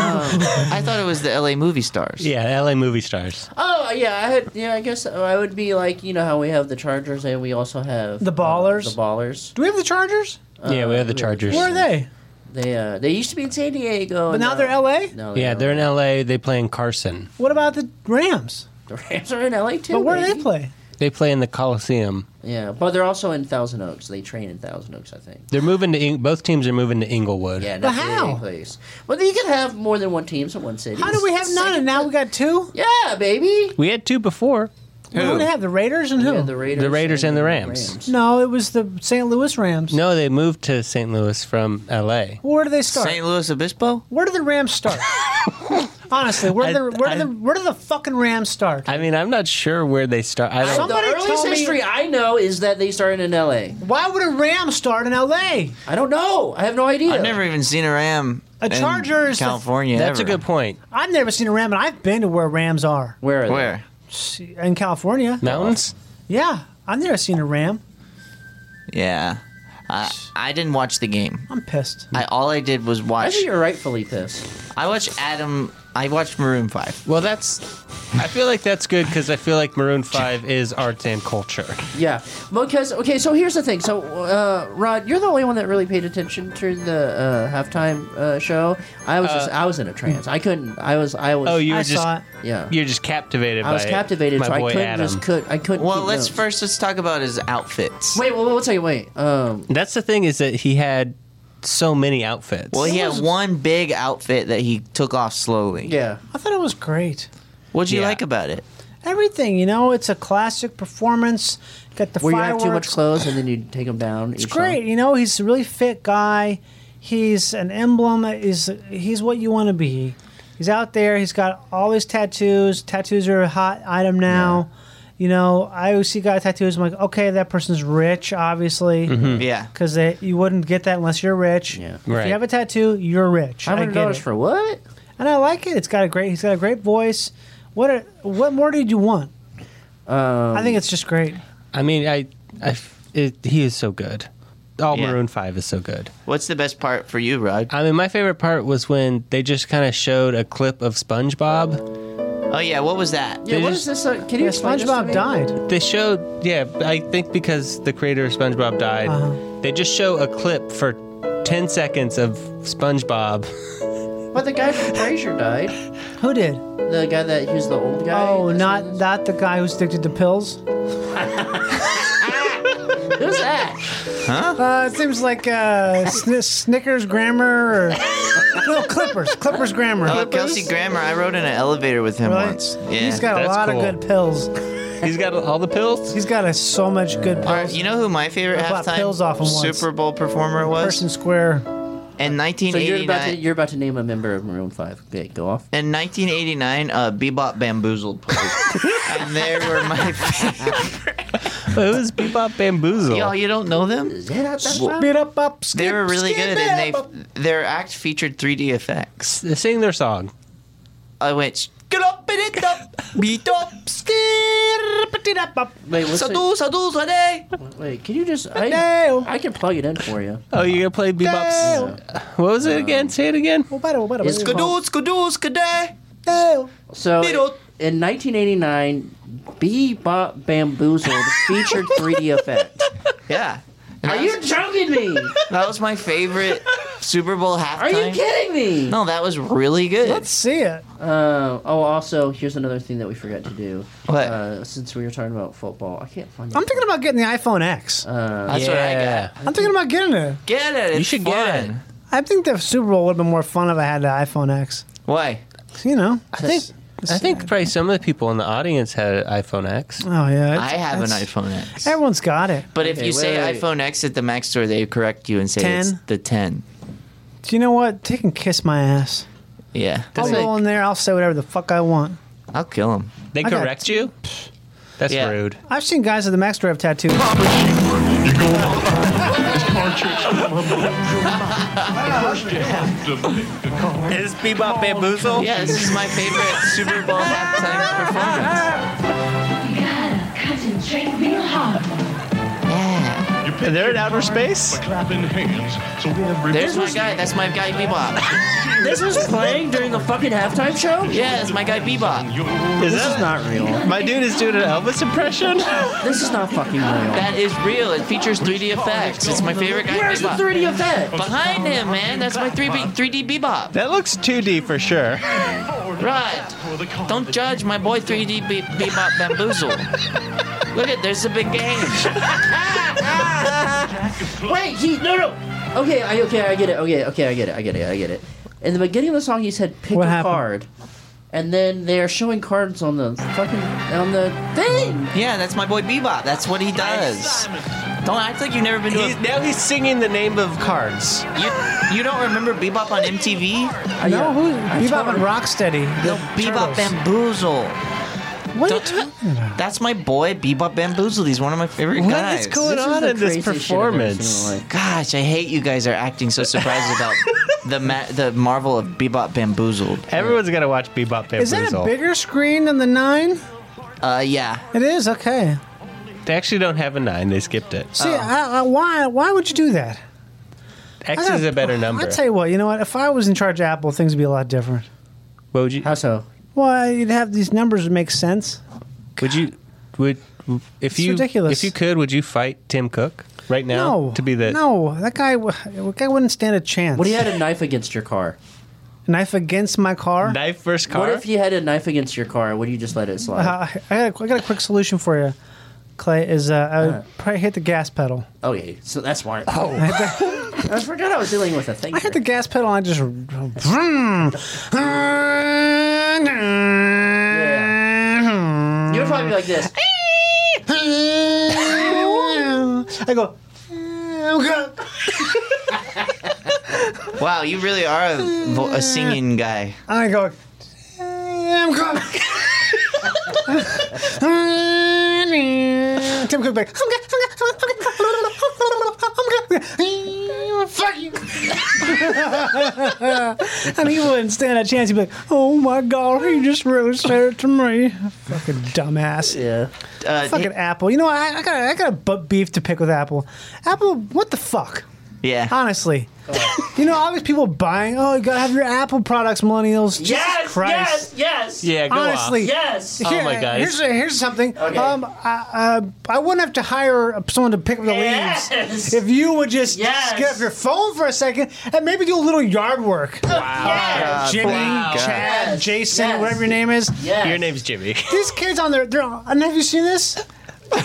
I thought it was the LA movie stars.
Yeah, LA movie stars.
Oh yeah, I had, yeah. I guess I would be like you know how we have the Chargers and we also have uh,
The Ballers?
the Ballers.
Do we have the Chargers?
Oh, yeah, we have the Chargers.
Where are they?
They uh, they used to be in San Diego, uh,
But now they're L.A.
No,
Yeah, they're in LA. They play in Carson.
What about the Rams?
the Rams are in LA too.
But where do
baby.
they play?
They play in the Coliseum.
Yeah, but they're also in Thousand Oaks. They train in Thousand Oaks, I think.
They're moving to Eng- both teams are moving to Inglewood.
Yeah, that's the only
how?
place. But you can have more than one teams in one city.
How do we have none and now we got two?
Yeah, baby.
We had two before.
Who? Who would have the Raiders and who?
Yeah, the Raiders,
The Raiders and the Rams.
no, it was the St. Louis Rams.
No, they moved to St. Louis from LA.
Where do they start?
St. Louis Obispo?
Where do the Rams start? Honestly, where do the where
I-
do the where do the fucking Rams start?
I mean, I'm not sure where they start. I don't.
The
Somebody tell
earliest
me-
history I know is that they started in L.A.
Why would a Ram start in L.A.?
I don't know. I have no idea.
I've never even seen a Ram.
A
in
Charger is the-
California.
That's a
ever.
good point.
I've never seen a Ram, and I've been to where Rams are
Where are
Where?
in California.
Mountains?
Yeah, I've never seen a Ram.
Yeah. I, I didn't watch the game.
I'm pissed.
I all I did was
they? I
watch.
think you're rightfully pissed.
I watched Adam. I watched Maroon Five.
Well, that's. I feel like that's good because I feel like Maroon Five is arts and culture.
Yeah, because okay. So here's the thing. So uh, Rod, you're the only one that really paid attention to the uh, halftime uh, show. I was just, I was in a trance. I couldn't. I was. I was.
Oh, you
I
were just.
saw it.
Yeah.
You're just captivated.
I was
by
captivated,
My
so I
boy
couldn't
Adam.
just could. I couldn't.
Well,
keep
let's
notes.
first let's talk about his outfits.
Wait, well, wait, wait, wait. Um,
That's the thing is that he had so many outfits.
Well, he had one big outfit that he took off slowly.
yeah.
I thought it was great.
What'd you
Yeah.
like about it?
Everything, you know, it's a classic performance. Got the
Where you have
fireworks.
too much clothes and then you take them down.
It's great. You know, he's a really fit guy. He's an emblem. Is he's what you want to be. He's out there. He's got all these tattoos. Tattoos are a hot item now. You know, I always see guy tattoos. I'm like, okay, that person's rich, obviously,
Yeah.
because you wouldn't get that unless you're rich.
Mm-hmm. Yeah.
If
Right.
you have a tattoo, you're rich. I
Hundred
get
dollars
it.
for what?
and I like it. It's got a great. He's got a great voice. What? A, what more did you want?
Um,
I think it's just great.
I mean, I, I it, he is so good. All
Yeah.
Maroon Five is so good.
What's the best part for you, Rod?
I mean, my favorite part was when they just kind of showed a clip of SpongeBob.
Oh yeah, what was that?
Yeah,
They
what
just-
is this? Uh, can you
Yeah,
explain this to
SpongeBob
me?
died.
They showed, yeah, I think because the creator of SpongeBob died,
Uh-huh.
they just show a clip for 10 seconds of SpongeBob.
But the guy from Frasier died.
Who did?
The guy that he was the old guy.
Oh, not not the guy who's addicted to pills.
Who's that?
Huh? Uh, it seems like uh, Sn- Snickers grammar or no Clippers. Clippers grammar.
Oh, Kelsey Grammer. I rode in an elevator with him
Really?
once. Yeah,
He's got a lot of good pills.
He's got all the pills.
He's got a, so much good
Or,
pills.
you know who my favorite
I bought
halftime
pills off him once.
Super Bowl performer was?
Person Square.
In
So you're about, to,
1989,
you're about to name a member of Maroon 5. Okay, go off.
in 1989, uh, Bebop Bamboozled played. and they were my favorite.
It was Bebop Bamboozle.
Y'all, you don't know them?
Beat up, up, skip,
They were really
skip,
good,
up, up.
and they their act featured 3D effects.
They Sing their song.
I went,
Get up and it up, beat up,
Wait, what's Oh.
Sadu, Sadu, Sade.
it? Wait, can you just. I, I can plug it in for you.
Oh, you're gonna play Bebop's. What was it again? Say it again.
It's
Skadoo, Skadoo, Skade.
So
Beetle.
in 1989, Bebop Bamboozled featured 3D effect.
Yeah. And
Are
that,
you
was,
joking me?
that was my favorite Super Bowl halftime.
Are you kidding me?
No, that was really good.
Let's see it.
Uh, oh, also, here's another thing that we forgot to do.
What?
Uh, since we were talking about football, I can't find it.
I'm thinking about getting the iPhone X.
That's what I got.
am thinking about getting it.
Get it. It's
You should
fun.
get it.
I think the Super Bowl would have been more fun if I had the iPhone X.
Why?
You know.
I think. I think probably some of the people in the audience had iPhone X.
Oh yeah. it's-
I have an
that's-
iPhone X.
Everyone's got it.
But if
Okay,
you
wait,
say
wait, wait.
iPhone X at the Mac store, they correct you and say it's
10?
the 10.
Do you know what? They can kiss my ass.
Yeah.
I'll roll in there. I'll say whatever the fuck I want.
I'll kill him.
They
got
correct you? That's
Yeah.
rude.
I've seen guys at the Max Drive tattoo. Wow,
You go on.
Is Bebop Bamboozle?
Yeah, this is my favorite Super Bowl halftime performance. Yeah.
They're in outer space?
Clapping hands, so we're
There's my guy. That's my guy Bebop.
This was playing during the fucking halftime show?
Yeah, that's my guy Bebop.
Is this is not real. My dude is doing an Elvis impression?
This is not fucking real.
That is real. It features 3D effects. It's my favorite guy
Where's the
Bebop.
3D effect?
Behind him, man. That's my 3B, 3D Bebop.
that looks 2D for sure.
Right. Don't judge my boy 3D Be- Bebop Bamboozle. Look at, there's a big game.
Wait, he no no. Okay, I okay, I get it. Okay, okay, I get it. I get it. I get it. In the beginning of the song, he said pick
What
a
happened?
card, and then they are showing cards on the fucking on the thing.
Yeah, that's my boy Bebop. That's what he does. Don't act like you've never been to
He's,
a...
now he's singing the name of cards.
You, you don't remember Bebop on MTV?
I
no, who? Bebop and
totally-
Rocksteady.
No, Bebop Bamboozle.
What?
Don't- That's my boy, Bebop Bamboozle. He's one of my favorite
What is
guys.
going
This is
on
the
in this
craziest shit I've ever seen in my
performance?
life.
Gosh, I hate you guys are acting so surprised about the ma- the marvel of Bebop Bamboozled.
Everyone's got to watch Bebop Bamboozle.
Is that a bigger screen than the nine?
Uh, yeah.
It is. Okay.
They actually don't have a 9. They skipped it.
Oh.
See, I, I, why? Why would you do that?
X
I gotta-
is a better number.
I'll tell you what. You know what? If I was in charge of Apple, things would be a lot different.
What would you...
How so?
Well, you'd have these numbers that make sense.
Would you... Would... If you,
ridiculous.
if you could, would you fight Tim Cook right now
no.
to be the
no. That guy. w- That guy wouldn't stand a chance.
What if you had a knife against your car?
Knife against my car.
knife first car?
What if you had a knife against your car? Would you just let it slide?
Uh, I, I, got a, I got a quick solution for you, Clay. Is uh, I would probably hit the gas pedal.
Okay, so that's smart. Oh, I forgot I was dealing with a thing.
I hit the gas pedal and I just. Vroom.
You would probably be like this.
I go.
Wow, you really are a, vo- a singing guy.
I go. Tim Cook. Tim Cook back. Fuck you. and he wouldn't stand a chance. He'd be like, "Oh my god, he just really said it to me." Fucking dumbass.
Yeah.
Uh,
Fucking Apple. You know what? I, I got I got a butt beef to pick with Apple. Apple, what the fuck?
Yeah.
Honestly.
Oh.
you know, all these people buying, oh, you gotta have your Apple products, millennials. Jesus
Yes,
Christ.
yes, yes.
Yeah, go off. Honestly.
Yes.
Uh,
Oh,
Here- Here's, here's something. Um, I, uh, I wouldn't have to hire someone to pick up the
Yes.
leaves if you would just
Yes.
get off your phone for a second and maybe do a little yard work.
Uh,
Wow.
Jimmy,
Wow.
Chad,
Yes.
Jason,
Yes.
whatever your name is.
Your name's Jimmy.
These kids on their, they're, and have you seen this? No,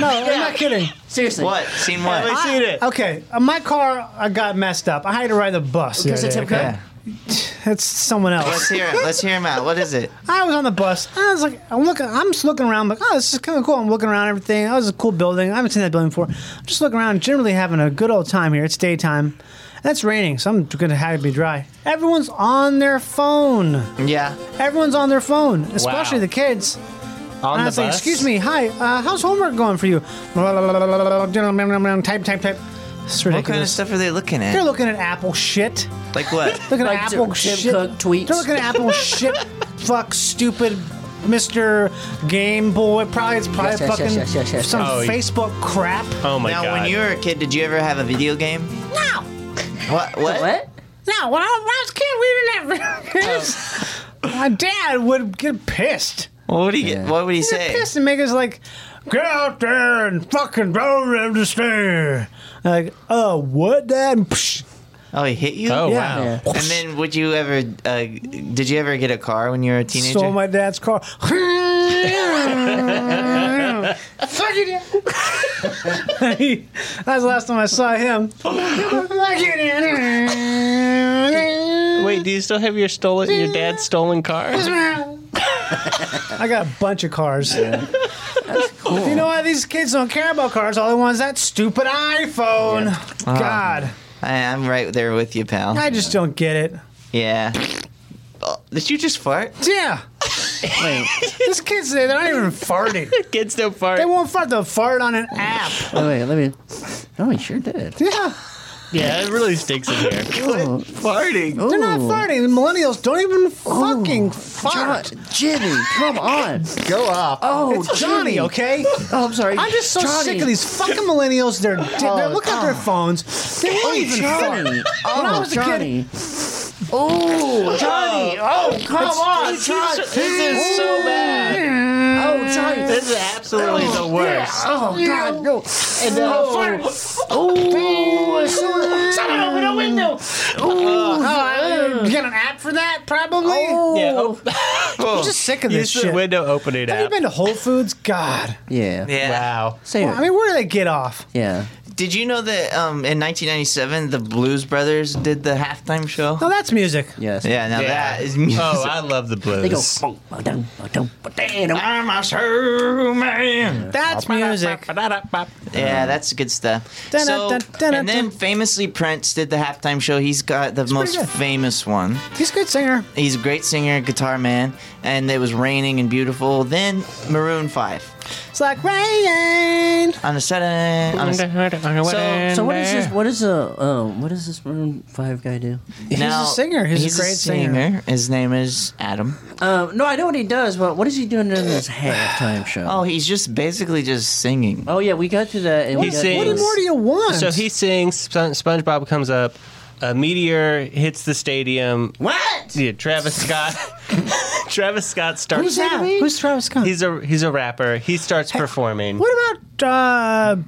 no, I'm not kidding.
Seriously. What? Seen what? Have I
I-
seen it?
Okay, uh, my car I got messed up. I had to ride the bus. the
Because
other
it's
day,
Tim Cook?
okay? It's someone else.
Let's hear it. Let's hear him out. What is it?
I was on the bus. I was like, I'm looking. I'm just looking around. Like, oh, this is kind of cool. I'm looking around everything. That was a cool building. I haven't seen that building before. I'm just looking around. Generally having a good old time here. It's daytime. And it's raining, so I'm gonna have to be dry. Everyone's on their phone.
Yeah.
Everyone's on their phone, especially the kids. And
On
I
the
was like,
bus?
excuse me, hi, uh, how's homework going for you? Type, type, type. It's ridiculous.
What kind of stuff are they looking at?
They're looking at Apple shit.
like what?
Looking
like
at Apple shit. tweets. They're looking at Apple shit. Fuck stupid. Mr. Game Boy, probably it's probably
Yes, yes,
fucking
yes, yes, yes, yes,
some
yes. Oh, y-
Facebook crap.
Oh
now, when you were a kid, did you ever have a video game?
No,
What? What?
Eh?
What?
no. When I was a kid, we didn't have games.
Oh.
My dad would get pissed.
What would he get? What would he
He'd get
say?
pissed and make us like, get out there and fucking don't understand. Like, oh, what, Dad? And psh,
Oh, he hit you!
Oh, Yeah. wow. Yeah.
And then, would you ever? Uh, did you ever get a car when you were a teenager?
Stole my dad's car. Fuck you, Dad. That's the last time I saw him. Fuck you, Dad.
Wait, do you still have your stolen, your dad's stolen car?
I got a bunch of cars. You know why these kids don't care about cars? All they want is that stupid iPhone.
Oh.
God,
I, am right there with you, pal.
I just don't get it.
Yeah. Oh, did you just fart?
Yeah.
Wait.
These kids, they're not even farting.
kids don't fart.
They won't fart. They'll fart on an app.
Oh, wait, let me. Oh, he sure did.
Yeah.
Yeah, it really stinks in here.
Oh.
Farting.
They're not
Ooh.
farting. The millennials don't even fucking fart.
Jimmy, come on.
Go up.
Oh,
It's Johnny,
Jimmy.
okay?
Oh, I'm sorry.
I'm just so
Johnny.
sick of these fucking millennials. They're they're
Oh,
looking at their phones. They won't
Oh,
even
Johnny.
fart. when I
Oh,
was a kid,
Johnny. Oh, Johnny. Oh, come on, Johnny.
This is so bad.
Oh, Johnny.
This is absolutely the worst.
Oh, God, no. And then, oh, oh, it's so-
Someone open a window.
oh, Mm. you get an app for that probably.
oh.
Yeah. Oh.
I'm just sick of this
Use the
shit.
window opening
Have you
app.
been to Whole Foods? God,
Yeah.
Yeah.
Wow.
Say
I
it.
mean, where do they get off?
Yeah.
Did you know that um, in 1997 the Blues Brothers did the halftime show?
No, that's music.
Yes.
Yeah. Now that is music.
Oh, I love the blues.
They go. "Bum, ba-dum, ba-dum, ba-dam."
I'm a shoe man.
That's music.
Yeah, that's good stuff.
Dun,
so,
dun, dun, dun,
and then famously Prince did the halftime show. He's got the most
pretty good.
famous one.
He's a good singer.
He's a great singer, guitar man, and it was raining and beautiful. Then Maroon Five
It's like rain.
on a Saturday. On a, so
So what is this? What is a um, what does this Maroon Five guy do?
now,
a singer. He's a great singer.
His name is Adam.
Um, no, I know what he does, but what is he doing during this halftime show?
Oh, he's just basically just singing.
Oh yeah, we got to that. And we
He
got
sings.
What do more do you want?
So he sings. Spon- SpongeBob comes up. A meteor hits the stadium.
What?
Yeah, Travis Scott. Travis Scott starts.
Who's that? Who's Travis Scott?
He's a he's a rapper. He starts performing.
What about uh,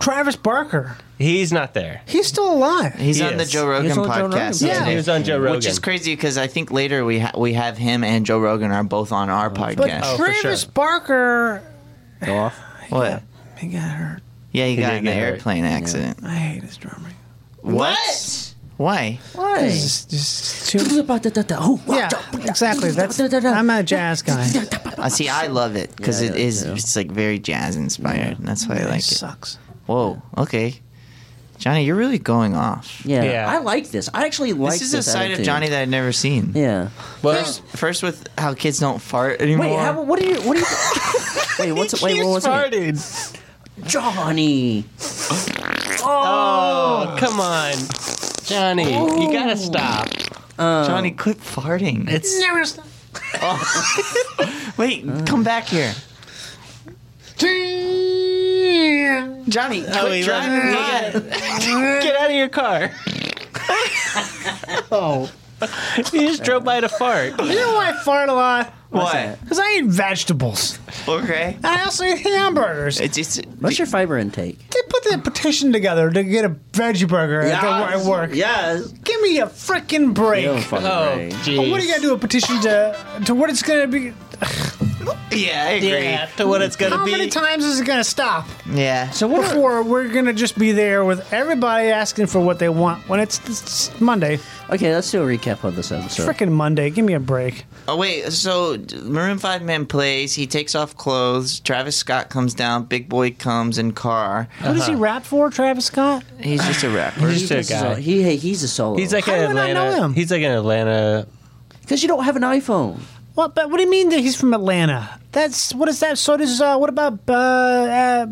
Travis Barker?
He's not there.
He's still alive.
He's
He
on the
is.
Joe Rogan
He's on Joe Rogan.
podcast.
Yeah.
He was on Joe Rogan.
Which is crazy because I think later we ha- we have him and Joe Rogan are both on our
But
podcast.
Oh, for
Travis
sure.
Barker,
Go off.
what?
he got hurt.
Yeah, he,
did
got in an
get hurt.
airplane accident.
I hate his drumming.
What? Why?
Why?
It's just too. Yeah,
Yeah,
exactly. That's I'm a jazz guy.
Uh, see, I love it because
Yeah, I
it
do
is
too.
it's like very jazz inspired. and That's why I
He
like it.
sucks.
Whoa. Okay. Johnny, you're really going off.
Yeah.
Yeah.
I like this. I actually like
This
this.
is a side of
attitude.
Johnny that I'd never seen.
Yeah.
Well,
First, first with how kids don't fart anymore.
Wait, how, what are you? What are you? wait, what's wait?
he's
What was it?
farted.
Johnny.
Oh, come on, Johnny, you gotta stop.
Johnny, quit farting. It's never stop. Wait, come back here.
Yeah.
Johnny,
Oh,
quit
he
driving.
left.
You got-
Get out of your car.
oh.
You just drove by to fart.
You know why I fart a lot?
What?
Because I eat vegetables.
Okay.
And I also eat hamburgers.
What's your fiber intake?
They put that petition together to get a veggie burger at the-
Yes,
at work.
yes.
Give me a freaking break.
No fucking
oh,
break.
What are you gonna do? A petition to to what it's gonna be?
Yeah, I agree.
Yeah, to what it's gonna
How
be.
many times is it gonna stop?
Yeah.
So what before we're gonna just be there with everybody asking for what they want when it's, it's Monday.
Okay, let's do a recap on this episode.
Freaking Monday. Give me a break.
Oh wait, so Maroon Five man plays. He takes off clothes. Travis Scott comes down. Big Boy comes in car.
What does he rap for, Travis Scott?
He's just a rapper.
He's just a guy. He, hey, he's a solo.
He's like
How
an
do I not
Atlanta.
know him?
He's like an Atlanta.
because you don't have an iPhone.
What? But what do you mean that he's from Atlanta? That's what is that? So does uh, what about uh, uh,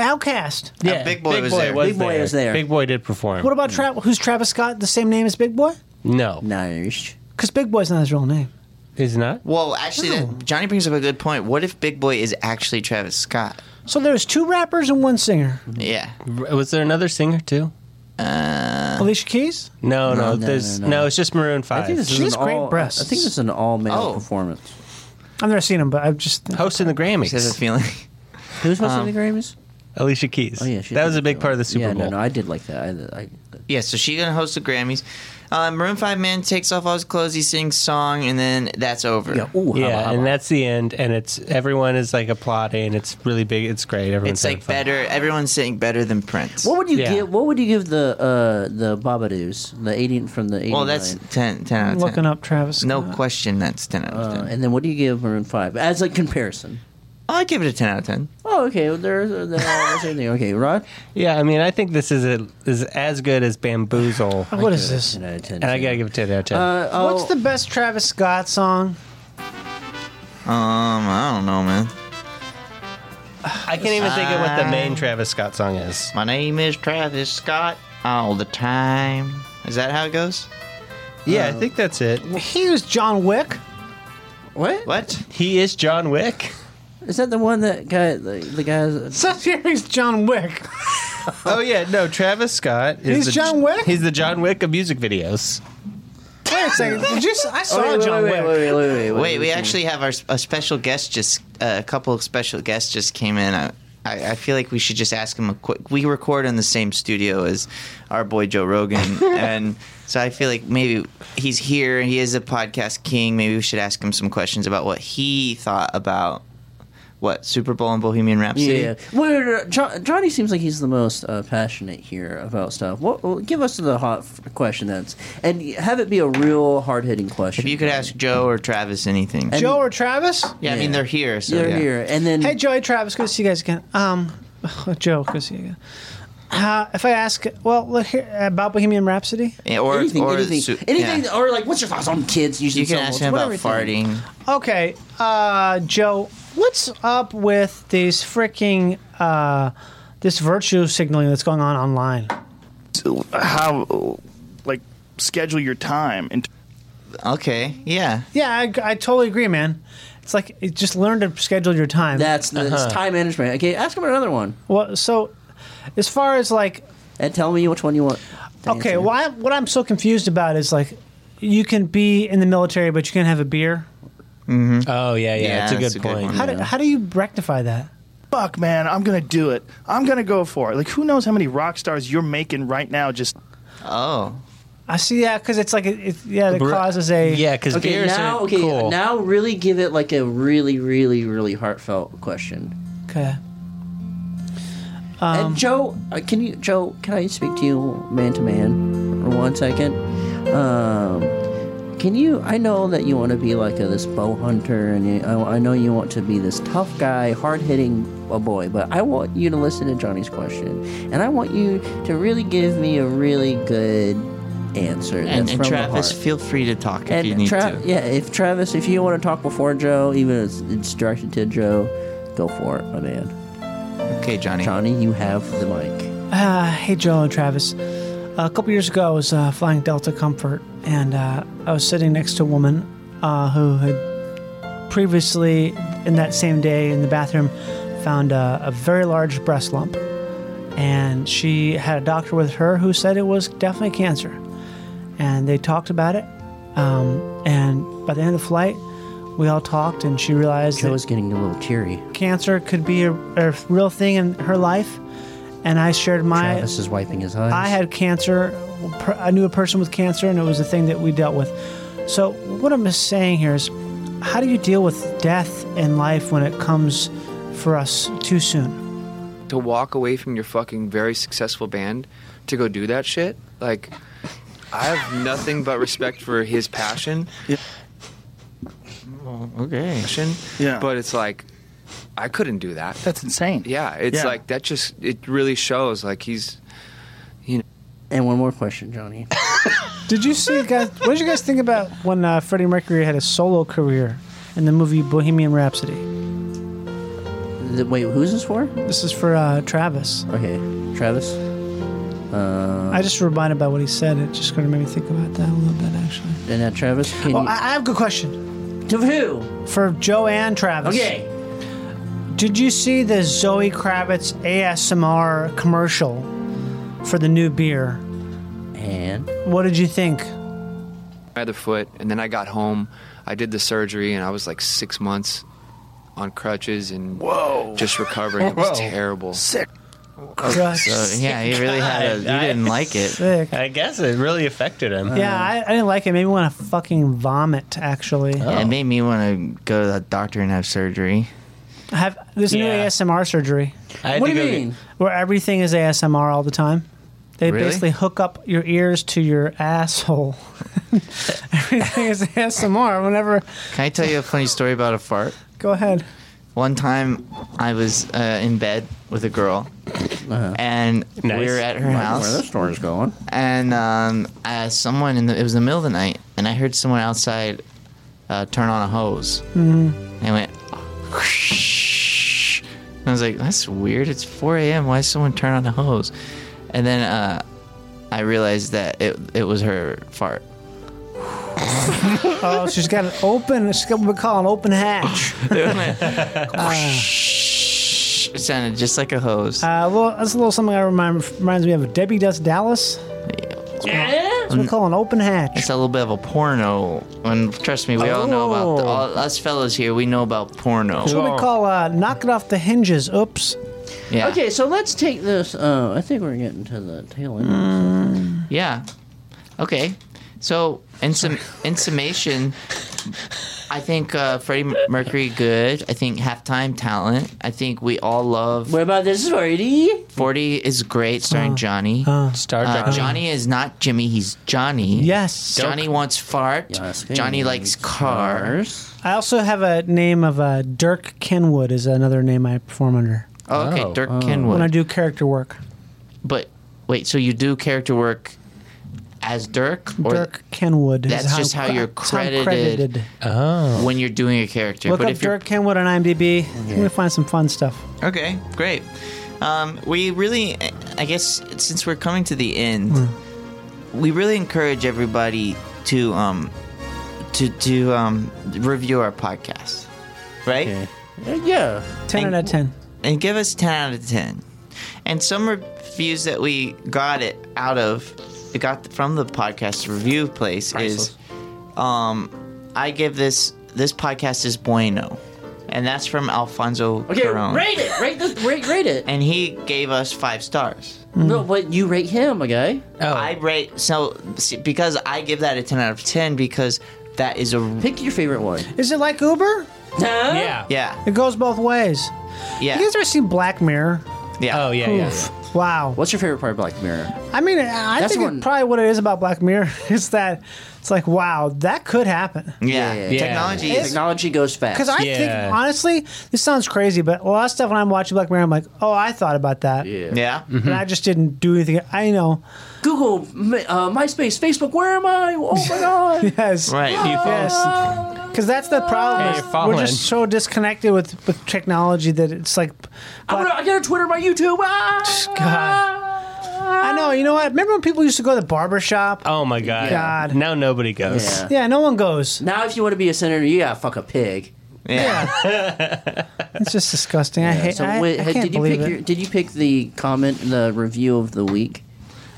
Outcast?
Yeah, Big Boy was there.
Big Boy was there.
Big Boy did perform.
What about Tra- who's Travis Scott? The same name as Big Boy?
No,
Nice.
Because Big Boy's not his real name.
he's not.
Well, actually, that, Johnny brings up a good point. What if Big Boy is actually Travis Scott?
So there's two rappers and one singer.
Yeah.
R- Was there another singer too?
Uh.
Alicia Keys.
No, no.
no, no,
there's
no.
no, It's just Maroon Five.
I think this
She
is
has
an
great
all.
breasts.
I think this is an all male
Oh.
performance.
I've never seen him, but I've just
Oh,
hosting the
He has a
Grammys.
feeling.
Who's hosting the Grammys?
Alicia Keys.
Oh yeah, she
Um, that
did
was a
do
big
it.
part of the Super
yeah,
Bowl.
No, no, I did like that. I, I,
Yeah, so she's gonna host the Grammys. Uh, Maroon Five man takes off all his clothes. He sings song, and then that's over.
yeah, ooh,
yeah,
haba, haba.
and that's the end. And it's everyone is like applauding. It's really big. It's great. Everyone's
It's
having
like
fun.
better. Everyone's singing better than Prince.
What would you
Yeah.
give? What would you give the uh, the Babadoo's the eighteen from the eighty?
Well, that's 10, 10 out
I'm Uh,
of ten.
looking up Travis. Scott.
No question, that's ten out of
Uh,
ten.
and then what do you give Maroon Five as a comparison?
I give it a ten out of ten.
Oh, okay. Well, there's uh, the the same thing. Okay, Rod.
Yeah, I mean, I think this is a, is as good as Bamboozle.
What is this?
Ten out of ten.
And I gotta give it ten out of ten.
Uh, oh,
What's the best Travis Scott song?
Um, I don't know, man.
I can't even think of what the
uh,
main Travis Scott song is.
My name is Travis Scott all the time. Is that how it goes?
Yeah,
uh,
I think that's it.
He was John Wick.
what?
What?
He is John Wick.
Is that the one that guy? The, the guy's.
Seth He's John Wick.
Oh yeah, no, Travis Scott is
He's
the,
John Wick?
He's the John Wick of music videos.
Wait a second. Did you? s- I saw
Oh, wait,
John
wait,
Wick.
wait, wait, wait, wait, wait,
Wait, we actually have our s- a special guest. Just uh, a couple of special guests just came in. I, I, I feel like we should just ask him a quick. We record in the same studio as our boy Joe Rogan, and so I feel like maybe he's here. He is a podcast king. Maybe we should ask him some questions about what he thought about what Super Bowl and Bohemian Rhapsody.
Yeah. Well, no, no, no, Jo- Johnny seems like he's the most uh, passionate here about stuff. What, well, give us the hot f- question that's and have it be a real hard hitting question.
If you could ask Joe or Travis anything.
Joe or Travis?
yeah, I mean they're here. So
They're
yeah.
here, and then
Hey, Joey Travis, good to see you guys again. Um, Joe, good to see you again. Uh, if I ask, well, let here, about Bohemian Rhapsody.
Yeah, or
anything,
or
anything,
su-
anything,
yeah.
or like, what's your thoughts on kids? Using
You can
cell
ask
phones,
him about
whatever it is.
farting.
Okay, uh, Joe, what's up with these freaking uh, this virtue signaling that's going on online?
how like schedule your time and
Okay, yeah.
Yeah, I, I totally agree, man. It's like it just learn to schedule your time.
That's the
Uh-huh.
it's time management. Okay, ask him another one
well, so as far as like
and tell me which one you want. to
okay,
answer.
why what I'm so confused about is like you can be in the military but you can't have a beer.
Oh yeah, yeah, it's a good point.
one.
How do how do you rectify that?
fuck man i'm gonna do it i'm gonna go for it like who knows how many rock stars you're making right now just
Oh,
I see, yeah, because it's like it, it, yeah, it causes a
Yeah, because
Okay,
beers
now
are
okay,
cool.
now really give it like a really, really, really heartfelt question.
Okay.
Um,
and Joe, uh, can you, Joe? Can I speak to you man to man for one second? Um, can you? I know that you want to be like a, this bow hunter, and you, I, I know you want to be this tough guy, hard hitting a boy. But I want you to listen to Johnny's question, and I want you to really give me a really good answer.
and, and
that's from
Travis,
the heart.
feel free to talk if
And
you need
Tra-
to.
yeah, if Travis, if you want to talk before Joe, even if it's, it's directed to Joe, go for it, my man.
Okay, Johnny.
Johnny, you have the mic.
Uh, hey, Joe and Travis. A couple years ago, I was uh, flying Delta Comfort, and uh, I was sitting next to a woman uh, who had previously, in that same day in the bathroom, found uh, a very large breast lump. and she had a doctor with her who said it was definitely cancer. And they talked about it. Um, and by the end of the flight, we all talked, and she realized
Joe
that
was getting a little teary.
cancer could be a, a real thing in her life. And I shared my.
Travis is wiping his eyes.
I had cancer. per- I knew a person with cancer, and it was a thing that we dealt with. So, what I'm just saying here is, how do you deal with death in life when it comes for us too soon?
to walk away from your fucking very successful band to go do that shit. Like, I have nothing but respect for his passion. Okay. Passion.
Yeah.
But it's like, I couldn't do that.
That's insane.
Yeah. It's
Yeah.
like, that just, it really shows. Like, he's, you know.
And one more question, Johnny.
Did you see, guys? What did you guys think about when uh, Freddie Mercury had a solo career in the movie Bohemian Rhapsody?
The- wait, who's this for?
This is for uh, Travis.
Okay, Travis. Uh,
I just reminded by what he said. It just kind of made me think about that a little bit, actually.
and now Travis. Can
Oh,
you,
I, I have a good question.
To who?
For Joe and Travis.
Okay.
Did you see the Zoe Kravitz ASMR commercial for the new beer?
And?
What did you think?
my other foot and then i got home i did the surgery and i was like six months on crutches and whoa just recovering it was
Whoa.
terrible
sick
Oh, so, yeah, he really had a. You didn't like it.
Sick.
I guess it really affected him.
yeah, I, I didn't like it. Made me want to fucking vomit, actually.
Yeah,
Oh.
it made me want to go to the doctor and have surgery.
I have this new
Yeah.
ASMR surgery.
I had What to do you go get- mean?
Where everything is ASMR all the time. They
Really?
basically hook up your ears to your asshole. everything is ASMR whenever.
Can I tell you a funny story about a fart?
Go ahead.
One time, I was uh, in bed with a girl, and we
Uh-huh. Nice.
were at her
Like
house.
where this story's going?
And um, uh, someone in the it was the middle of the night, and I heard someone outside uh, turn on a hose. And I went, and I was like, that's weird. It's 4 a.m. Why is someone turn on a hose? And then uh, I realized that it it was her fart.
oh, she's got an open. She's got what we call an open hatch.
It sounded just like a hose.
Uh, well, that's a little something I remind, reminds me of Debbie Does Dallas. Yeah. What we call an open hatch.
It's a little bit of a porno, and trust me, we all know about the, all, us fellas here. We know about porno.
That's what we call uh, knock it off the hinges. Oops.
Yeah.
Okay, so let's take this. Oh, I think we're getting to the tail end.
Yeah. Okay. So in sum, in summation, I think uh, Freddie Mercury good. I think halftime talent. I think we all love.
What about this Forty?
Forty is great,
Uh,
starring Johnny.
Star
Uh,
Johnny.
Johnny is not Jimmy. He's Johnny.
Yes.
Johnny wants fart. Johnny likes cars.
I also have a name of uh, Dirk Kenwood is another name I perform under.
Oh, okay, Dirk Kenwood.
When I do character work,
But wait, so you do character work as Dirk?
Dirk Kenwood. is
That's just how you're
that's how I'm
credited, when you're doing a character.
Look
but
up
if you're
Dirk Kenwood on IMDb. You're gonna find some fun stuff.
Okay, great. Um, we really, I guess, since we're coming to the end, we really encourage everybody to um, to to um, review our podcast, right?
Yeah,
ten out of ten,
and give us ten out of ten. And some reviews that we got it out of, it got from the podcast review place is, um, I give this this podcast is bueno, and that's from Alfonso.
Okay,
Cuarón
rate it. Rate the rate rate it.
and he gave us five stars.
No, but you rate him, okay?
Oh.
I rate so see, because I give that a ten out of ten because that is a
pick your favorite one.
Is it like Uber?
Yeah, yeah,
It goes both ways.
Yeah.
You guys ever seen Black Mirror?
yeah.
Oh yeah,
yeah, Oof. Wow.
What's your favorite part of Black Mirror?
I mean, I
That's
think
one-
it, probably what it is about Black Mirror is that it's like, wow, that could happen.
Yeah,
yeah.
technology.
It's-
technology goes fast.
Because I think, honestly, this sounds crazy, but a lot of stuff when I'm watching Black Mirror, I'm like, oh, I thought about that. Yeah.
Yeah.
Mm-hmm.
And I just didn't do anything. I know.
Google, Mi- uh, MySpace, Facebook. Where am I? Oh my god.
Yes.
Right.
You fall-
Yes. Because that's the problem.
Yeah,
is
you're
we're
falling.
just so disconnected with, with technology that it's like,
I'm gonna, I got a Twitter, my YouTube. Ah!
God. I know. You know what? Remember when people used to go to the barber shop?
Oh my god.
God.
Now nobody goes.
Yeah, no one goes.
Now, if you want to be a senator, you gotta fuck a pig.
It's just disgusting. I hate.
So
I,
wait,
I
had-
can't
did you
believe
pick
it.
your, did you pick the comment the review of the week?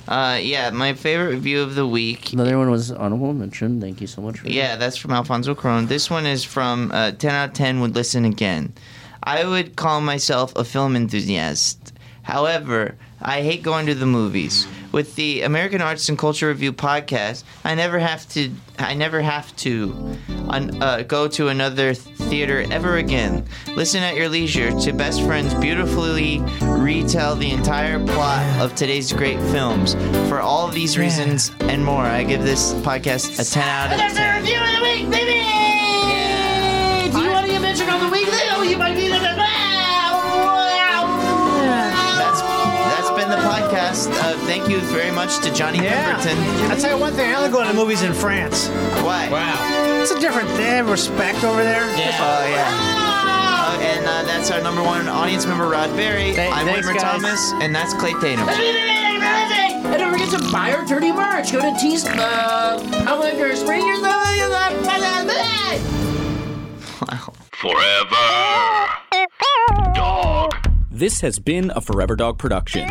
Uh, yeah, my favorite review of the week.
The other one was honorable mention. Thank you so much. For
Yeah, that's from Alfonso Cuarón. This one is from uh, 10 out of 10 would listen again. I would call myself a film enthusiast. However, I hate going to the movies. With the American Arts and Culture Review podcast, I never have to I never have to un, uh, go to another theater ever again. Listen at your leisure to best friends beautifully retell the entire plot of today's great films. For all these reasons and more, I give this podcast a 10 out of 10.
our review of the week, baby! Do you want to get mentioned on the week? Oh, you might be the
That's that's been the podcast. Uh, thank you very much to Johnny Pemberton.
I tell you one thing, I only go to the movies in France.
Why? Wow.
It's a different they have respect over there.
Yeah. Oh yeah. Uh, and uh, that's our number one audience member, Rod Berry. I'm
thanks,
Whitmer
guys.
Thomas, and that's Clay Tatum.
And don't forget to buy our dirty merch. Go to Tees. Uh, I'm like your spring your
Forever Dog. This has been a Forever Dog production.